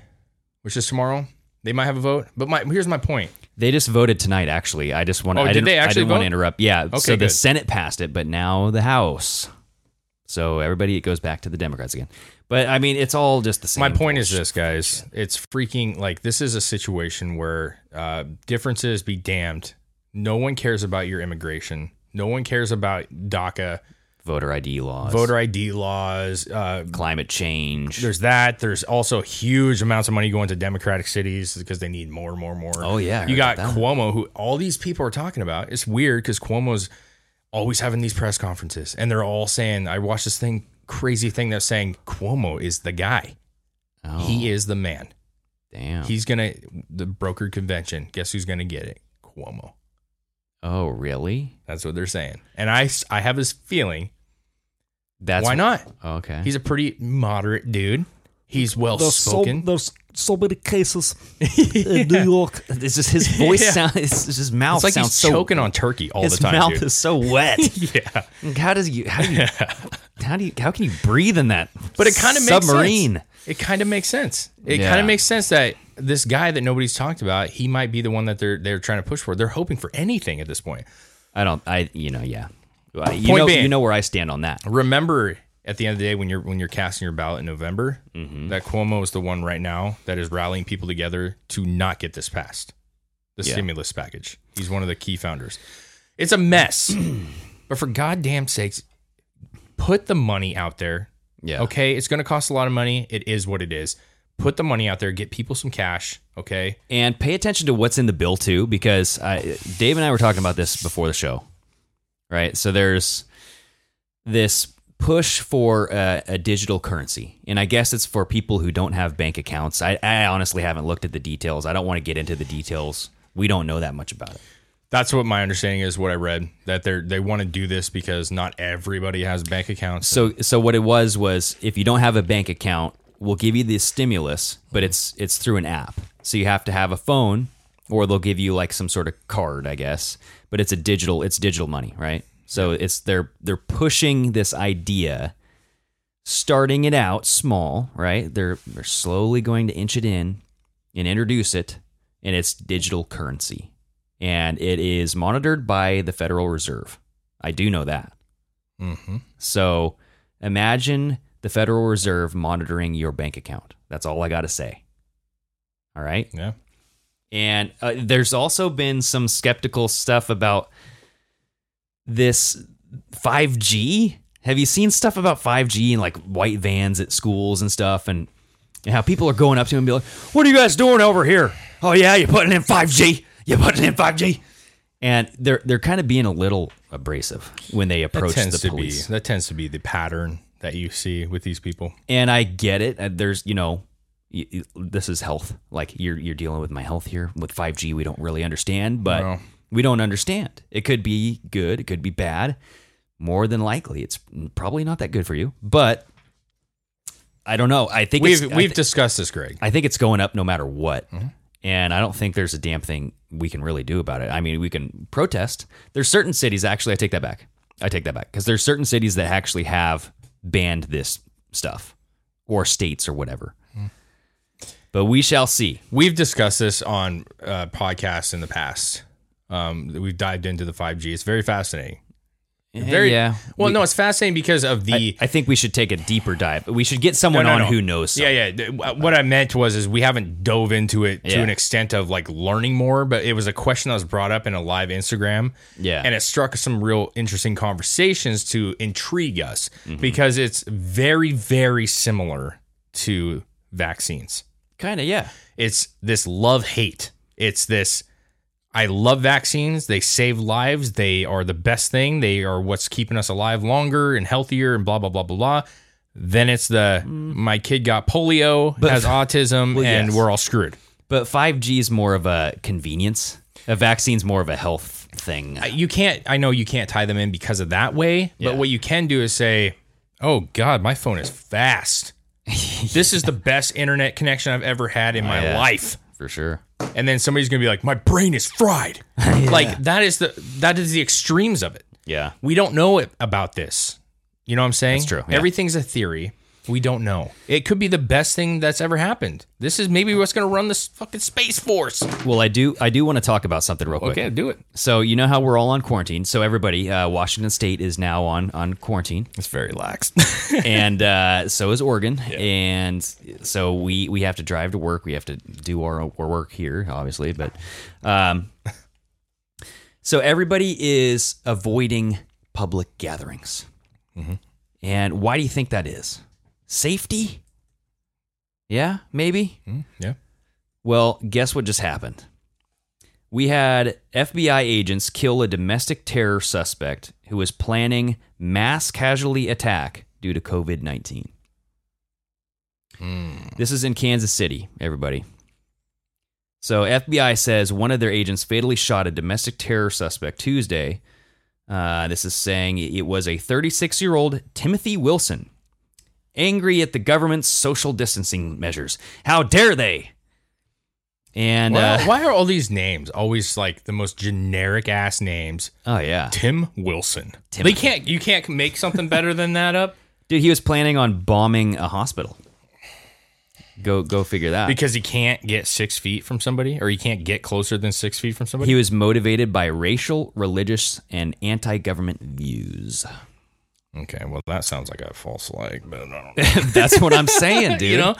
H: which is tomorrow. They might have a vote, but my here's my point.
G: They just voted tonight. Actually, I just want.
H: Oh,
G: I
H: did
G: didn't,
H: they
G: I
H: actually
G: didn't want
H: vote?
G: to interrupt. Yeah. so the
H: good.
G: Senate passed it, but now the House. So everybody, it goes back to the Democrats again. But I mean, it's all just the same.
H: My point is
G: bullshit.
H: this, guys. It's freaking like this is a situation where uh, differences be damned. No one cares about your immigration. No one cares about DACA.
G: voter ID laws,
H: voter ID laws, uh,
G: climate change.
H: There's that. There's also huge amounts of money going to Democratic cities because they need more, more, more.
G: Oh, yeah, I
H: you
G: heard
H: got
G: about that.
H: Cuomo, who all these people are talking about. It's weird because Cuomo's always having these press conferences, and they're all saying, "I watched this thing, crazy thing that's saying Cuomo is the guy.
G: Oh,
H: He is the man.
G: damn.
H: He's gonna the brokered convention. Guess who's gonna get it? Cuomo.
G: oh, really?
H: That's what they're saying. And I, s- I have this feeling.
G: That's
H: why not?
G: Okay.
H: He's a pretty moderate dude. He's well
K: There's so,
H: spoken.
K: there's so many cases in New York.
G: It's just his voice
H: Yeah.
G: sound. It's just his mouth
H: It's like
G: sounds
H: he's
G: so.
H: choking on turkey all
G: his
H: the time.
G: mouth
H: dude.
G: is so wet.
H: yeah.
G: Like, how does you? How do you? how do you? How can you breathe in that?
H: But it kind of makes
G: submarine.
H: sense. It kind of makes sense. It
G: Yeah.
H: kind of makes sense that this guy that nobody's talked about, he might be the one that they're they're trying to push for. They're hoping for anything at this point.
G: I don't. I you know yeah. I- You
H: Point
G: know
H: being-
G: you know where I stand on that.
H: Remember at the end of the day when you're when you're casting your ballot in November,
G: Mm-hmm.
H: that Cuomo is the one right now that is rallying people together to not get this passed. The
G: Yeah.
H: stimulus package. He's one of the key founders. It's a mess. but for goddamn sakes, put the money out there
G: Yeah.
H: Okay, it's going to cost a lot of money. It is what it is. Put the money out there. Get people some cash. Okay.
G: And pay attention to what's in the bill too, because I, Dave and I were talking about this before the show, right? So there's this push for uh, a digital currency, and I guess it's for people who don't have bank accounts. I, I honestly haven't looked at the details. I don't want to get into the details. We don't know that much about it.
H: That's what my understanding is. What I read that they are they want to do this because not everybody has bank accounts.
G: So so what it was was if you don't have a bank account, we'll give you the stimulus, but it's it's through an app. So you have to have a phone or they'll give you like some sort of card, I guess. But it's a digital it's digital money, right? So it's they're they're pushing this idea starting it out small, right? They're they're slowly going to inch it in and introduce it and it's digital currency. And it is monitored by the Federal Reserve. I do know that.
H: hmm
G: So imagine the Federal Reserve monitoring your bank account. That's all I got to say. All right.
H: yeah,
G: And uh, there's also been some skeptical stuff about this 5G. Have you seen stuff about 5G and like white vans at schools and stuff and, and how people are going up to him and be like, what are you guys doing over here? Oh, yeah, you're putting in 5G. You're putting in 5G. And they're they're kind of being a little abrasive when they
H: that
G: approach
H: tends
G: the
H: to
G: police.
H: be that tends to be the pattern that you see with these people.
G: and I get it. Uh, There's, you know, y- y- this is health. Like you're you're dealing with my health here with 5G. We don't really understand, but
H: No.
G: we don't understand. It could be good. It could be bad. More than likely, it's probably not that good for you. But I don't know. I think
H: We've
G: it's, I
H: we've
G: thi-
H: discussed this, Greg.
G: I think it's going up no matter what.
H: Mm-hmm.
G: And I don't think there's a damn thing we can really do about it. I mean, we can protest. There's certain cities, actually, I take that back. I take that back because there's certain cities that actually have banned this stuff or states or whatever.
H: Mm-hmm.
G: But we shall see.
H: We've discussed this on uh, podcasts in the past. Um, we've dived into the five G. It's very fascinating. Very
G: yeah.
H: Well, no, it's fascinating because of the
G: I, I think we should take a deeper dive. We should get someone
H: No, no,
G: on
H: no.
G: who knows. Something.
H: Yeah, yeah. Th- wh- What I meant was is we haven't dove into it to
G: Yeah.
H: an extent of like learning more, but it was a question that was brought up in a live Instagram.
G: Yeah.
H: And it struck some real interesting conversations to intrigue us
G: Mm-hmm.
H: because it's very, very similar to vaccines.
G: Kind of, yeah.
H: It's this love hate. It's this I love vaccines. They save lives. They are the best thing. They are what's keeping us alive longer and healthier and blah blah blah blah blah. Then it's the my kid got polio,
G: Mm. But-
H: has autism,
G: Well,
H: and
G: yes.
H: we're all screwed.
G: But 5G is more of a convenience. A vaccine's more of a health thing.
H: You can't. I know you can't tie them in because of that way.
G: Yeah.
H: But what you can do is say, "Oh God, my phone is fast. This is the best internet connection I've ever had in my
G: yeah.
H: life."
G: for sure.
H: and then somebody's gonna be like, "My brain is fried." Like that is the that is the extremes of it.
G: Yeah.
H: We don't know it, about this. You know what I'm saying?
G: That's true, yeah.
H: Everything's a theory. We don't know. It could be the best thing that's ever happened. This is maybe what's gonna run this fucking space force.
G: Well, I do. I do want to talk about something real quick.
H: Okay, do it.
G: So you know how we're all on quarantine. So everybody, uh, Washington State is now on on quarantine,
H: It's very lax.
G: and uh, so is Oregon. And so we we have to drive to work. We have to do our, our work here, obviously. But um, so everybody is avoiding public gatherings.
H: Mm-hmm.
G: And why do you think that is? Safety? Yeah, maybe.
H: Mm, yeah.
G: Well, guess what just happened? We had FBI agents kill a domestic terror suspect who was planning mass casualty attack due to COVID 19. This is in Kansas City, everybody. So, FBI says one of their agents fatally shot a domestic terror suspect Tuesday. Uh, this is saying it was a 36 year old Timothy Wilson, angry at the government's social distancing measures. How dare they? And
H: why,
G: uh,
H: why are all these names always like the most generic ass names?
G: oh, yeah.
H: Tim Wilson.
G: Tim-
H: They can't. You can't make something better than that up
G: Dude, he was planning on bombing a hospital. Go go figure that.
H: because he can't get six feet from somebody, or he can't get closer than six feet from somebody.
G: he was motivated by racial, religious, and anti-government views.
H: okay, well that sounds like a false leg, but I don't know.
G: That's what I'm saying, dude.
H: You know?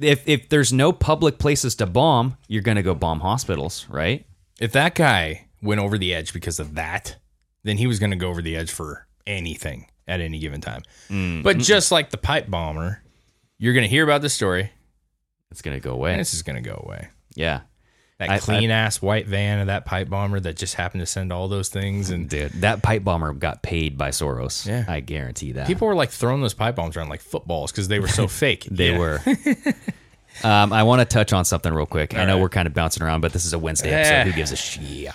G: if if there's no public places to bomb, you're gonna go bomb hospitals, right?
H: If that guy went over the edge because of that, then he was going to go over the edge for anything at any given time. But just like the pipe bomber, you're going to hear about this story,
G: It's gonna go
H: and
G: away.
H: this is going to go away.
G: Yeah,
H: That
G: I-
H: clean ass white van of that pipe bomber that just happened to send all those things, and
G: dude, that pipe bomber got paid by Soros.
H: Yeah.
G: I guarantee that.
H: people were like throwing those pipe bombs around like footballs because they were so fake.
G: they
H: Yeah.
G: were. um, I want to touch on something real quick. I know
H: right.
G: we're kind of bouncing around, but this is a Wednesday
H: Yeah.
G: episode. Who gives a shit?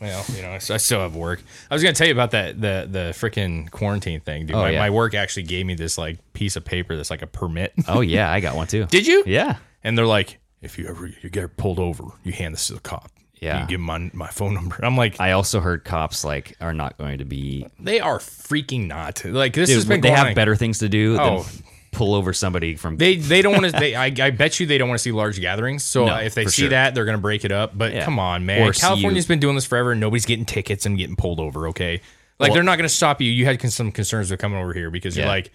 H: Well, you know, I s- I still have work. I was gonna tell you about that the the freaking quarantine thing, dude.
G: Oh,
H: my,
G: yeah.
H: my work actually gave me this like piece of paper that's like a permit.
G: Oh yeah, I got one too.
H: Did you?
G: Yeah.
H: And they're like, if you ever you get pulled over, you hand this to the cop.
G: Yeah.
H: You give 'em my my phone number. I'm like,
G: I also heard cops like are not going to be.
H: they are freaking not. Like this has
G: Dude,
H: been
G: they
H: going
G: have
H: on.
G: better things to do
H: Oh.
G: than pull over somebody from.
H: They they don't want to. They I, I bet you they don't want to see large gatherings. So uh,
G: No,
H: if they
G: for
H: see
G: sure.
H: that, they're gonna break it up. But
G: Yeah.
H: come on, man.
G: Or see
H: California's
G: you-
H: been doing this forever. and Nobody's getting tickets and getting pulled over. Okay, like
G: Well-
H: they're not gonna stop you. You had con- some concerns with coming over here because you're
G: Yeah.
H: like,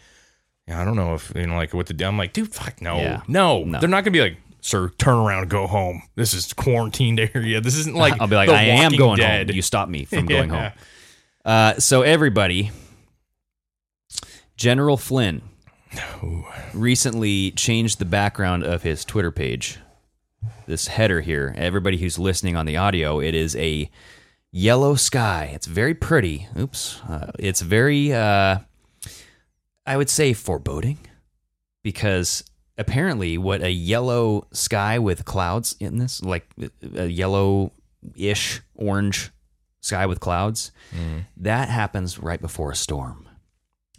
H: yeah, I don't know if you know like what to do. I'm like, dude, fuck no,
G: Yeah.
H: no,
G: No.
H: They're not gonna be like. Sir, turn around and go home. This is quarantined area. This isn't like
G: I'll be like,
H: The
G: I am
H: Walking
G: going
H: dead.
G: home. You stop me from
H: Yeah.
G: going home. Uh, so everybody, General Flynn recently changed the background of his Twitter page. This header here, everybody who's listening on the audio, it is a yellow sky. It's very pretty. Oops, uh, it's very, uh, I would say, foreboding, because apparently, what a yellow sky with clouds in this, like a yellow-ish orange sky with clouds,
H: Mm.
G: that happens right before a storm.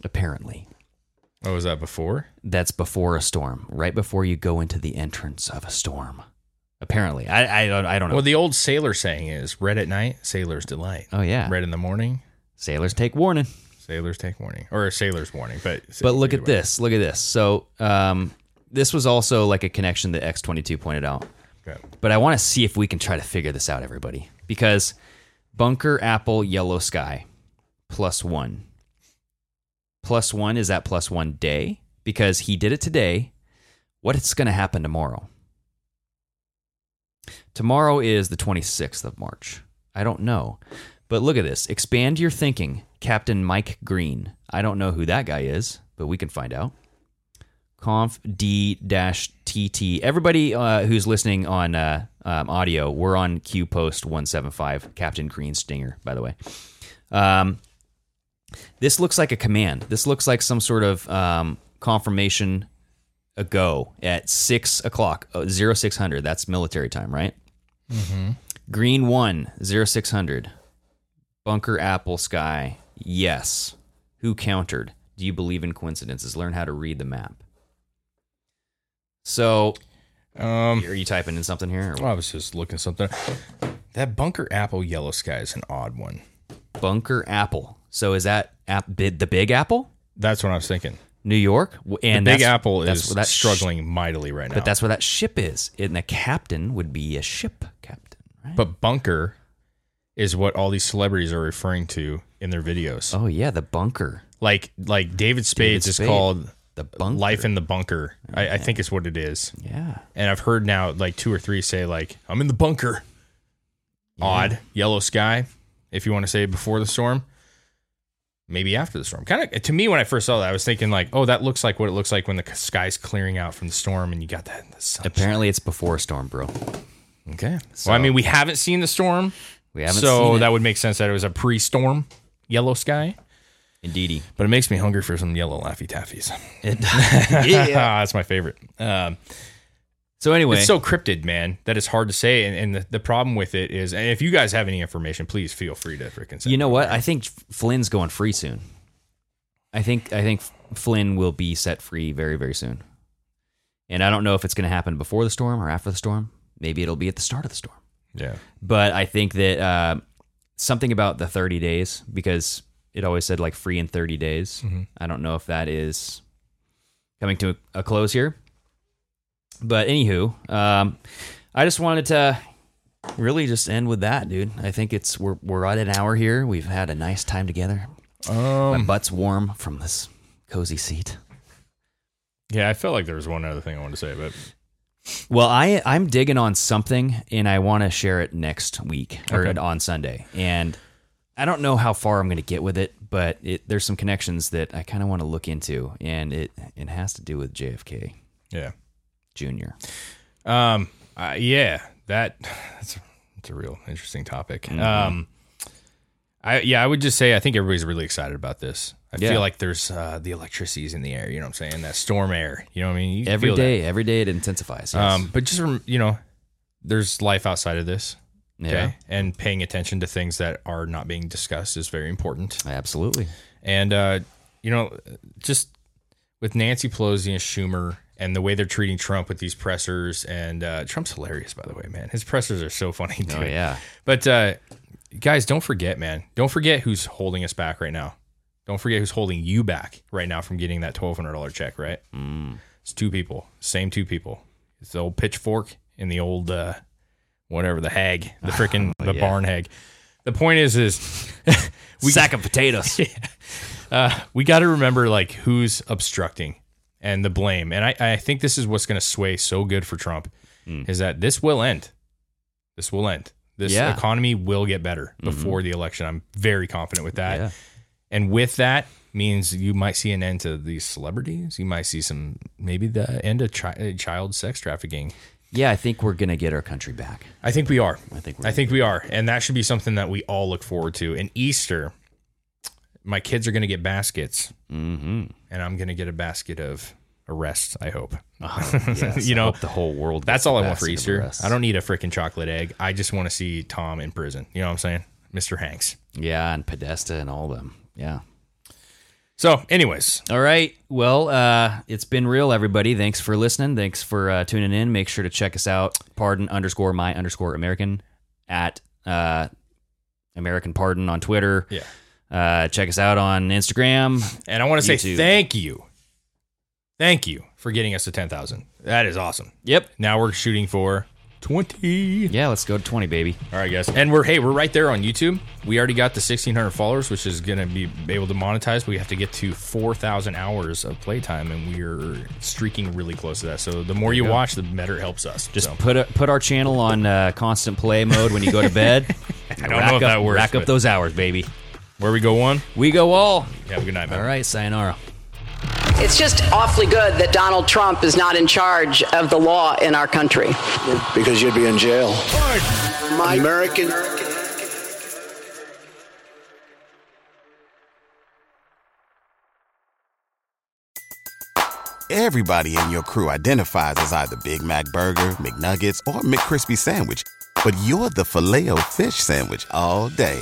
G: Apparently,
H: What was that before?
G: that's before a storm, right before you go into the entrance of a storm. Apparently, I I don't I don't know.
H: Well, the old sailor saying is "Red at night, sailor's delight."
G: oh yeah,
H: Red in the morning,
G: sailors take warning.
H: Sailors take warning, or a sailor's warning, but
G: But look
H: either
G: at
H: way.
G: this. Look at this. So um, this was also like a connection that X twenty two pointed out.
H: Okay.
G: But I want to see if we can try to figure this out, everybody, because bunker apple yellow sky plus one. Plus one is that plus one day because he did it today. What is going to happen tomorrow? Tomorrow is the 26th of March. I don't know. But look at this. Expand your thinking. Captain Mike Green. I don't know who that guy is, but we can find out. Conf D dash TT. Everybody uh, who's listening on uh, um, audio, we're on Q Post 175, Captain Green Stinger, by the way. Um, this looks like a command. This looks like some sort of um, confirmation ago at 6 o'clock, oh, 0600. That's military time, right? Green 1, 0600. Bunker Apple Sky, yes. Who countered? Do you believe in coincidences? Learn how to read the map. So,
H: Um,
G: are you typing in something here?
H: I was just looking something. That bunker apple yellow sky is an odd one.
G: Bunker Apple. So, is that app, bid, the Big Apple?
H: That's what I was thinking.
G: New York? W- And
H: Big
G: that's-
H: Apple
G: that's
H: is
G: where that sh-
H: struggling mightily right now.
G: But that's where that ship is. And the captain would be a ship captain, right?
H: but bunker is what all these celebrities are referring to in their videos.
G: oh, yeah, the bunker.
H: Like like David Spades
G: David
H: is
G: Spade.
H: called
G: The bunker.
H: Life in the Bunker. I, I think it's what it is.
G: Yeah.
H: And I've heard now like two or three say like I'm in the bunker. Odd yellow sky, if you want to say before the storm. maybe after the storm. Kind of to me when I first saw that, I was thinking like, oh, that looks like what it looks like when the sky's clearing out from the storm, and you got that. In the sun.
G: Apparently, it's before a storm, bro.
H: Okay. So well, I mean, we haven't seen the storm.
G: We haven't.
H: So
G: seen
H: that
G: it.
H: would make sense that it was a pre-storm yellow sky.
G: Indeedy.
H: But it makes me hungry for some yellow Laffy Taffies.
G: It,
H: yeah, that's my favorite. Um,
G: so anyway,
H: it's so cryptid, man, that it's hard to say. And, and the, the problem with it is, and if you guys have any information, please feel free to freaking. send
G: you know
H: it.
G: what? I think Flynn's going free soon. I think I think Flynn will be set free very very soon. And I don't know if it's going to happen before the storm or after the storm. Maybe it'll be at the start of the storm.
H: Yeah.
G: But I think that uh, something about the 30 days because it always said like free in 30 days. I don't know if that is coming to a close here. But anywho, um, I just wanted to really just end with that, dude. I think it's we're we're at an hour here. We've had a nice time together. My butt's warm from this cozy seat.
H: Yeah, I felt like there was one other thing I wanted to say, but
G: Well, I I'm digging on something and I want to share it next week or
H: Okay.
G: on Sunday. And I don't know how far I'm going to get with it, but it, there's some connections that I kind of want to look into, and it it has to do with JFK
H: yeah.
G: Jr.
H: Um, uh, yeah, that that's it's a real interesting topic. Um, I yeah, I would just say I think everybody's really excited about this. I
G: Yeah.
H: feel like there's uh, the electricity's in the air. You know what I'm saying? That storm air. You know what I mean? You
G: Every
H: feel that.
G: day, every day it intensifies. yes.
H: Um, but just rem- you know, there's life outside of this.
G: Yeah.
H: and paying attention to things that are not being discussed is very important.
G: absolutely.
H: And uh, you know, just with Nancy Pelosi and Schumer and the way they're treating Trump with these pressers, and uh, Trump's hilarious, by the way, man. His pressers are so funny. Dude.
G: Oh yeah,
H: But uh, guys, don't forget, man. Don't forget who's holding us back right now. Don't forget who's holding you back right now from getting that twelve hundred dollar check. Right?
G: Mm.
H: It's two people, same two people. It's the old pitchfork and the old uh, whatever the hag, the freaking the
G: Oh, yeah.
H: barn hag. The point is, is
G: we, sack of potatoes.
H: uh, we got to remember like who's obstructing and the blame. And I, I think this is what's going to sway so good for Trump
G: Hmm.
H: is that this will end. This will end. This
G: Yeah. Mm-hmm.
H: economy will get better before the election. I'm very confident with that.
G: Yeah.
H: And with that means you might see an end to these celebrities. You might see some maybe the end of chi- uh, child sex trafficking.
G: yeah, I think we're gonna get our country back.
H: I think we are.
G: I think we're
H: I think we are, and that should be something that we all look forward to. And Easter, my kids are going to get baskets,
G: Mm-hmm.
H: and I'm going to get a basket of arrests. I hope.
G: Oh, yes,
H: you
G: I
H: know,
G: hope the whole world
H: That's
G: gets a
H: all I want for
G: basket of
H: Easter.
G: arrests.
H: I don't need a freaking chocolate egg. I just want to see Tom in prison. You know what I'm saying, Mr. Hanks.
G: Yeah, and Podesta and all them. Yeah.
H: So, anyways,
G: All right. Well, uh, it's been real, everybody. Thanks for listening. Thanks for uh, tuning in. Make sure to check us out. Pardon underscore my underscore American at uh, American Pardon on Twitter.
H: Yeah.
G: Uh, check us out on Instagram.
H: and I want to say
G: YouTube.
H: thank you, thank you for getting us to ten thousand. That is awesome.
G: Yep.
H: Now we're shooting for twenty.
G: Yeah, let's go to 20, baby.
H: All right, guys, and we're hey, we're right there on YouTube. We already got the 1,600 followers, which is going to be able to monetize. We have to get to 4,000 hours of playtime, and we're streaking really close to that. So the more you, watch, the better it helps us.
G: Just
H: So,
G: put a, put our channel on uh, constant play mode when you go to bed.
H: I don't know if
G: up,
H: that works.
G: Rack up
H: but
G: those hours, baby.
H: where we go one.
G: We go all.
H: Have a good night, man.
G: All right, sayonara.
E: It's just awfully good that Donald Trump is not in charge of the law in our country.
A: Because you'd be in jail.
E: My
A: American.
L: Everybody in your crew identifies as either Big Mac Burger, McNuggets, or McCrispy Sandwich. But you're the filet fish Sandwich all day.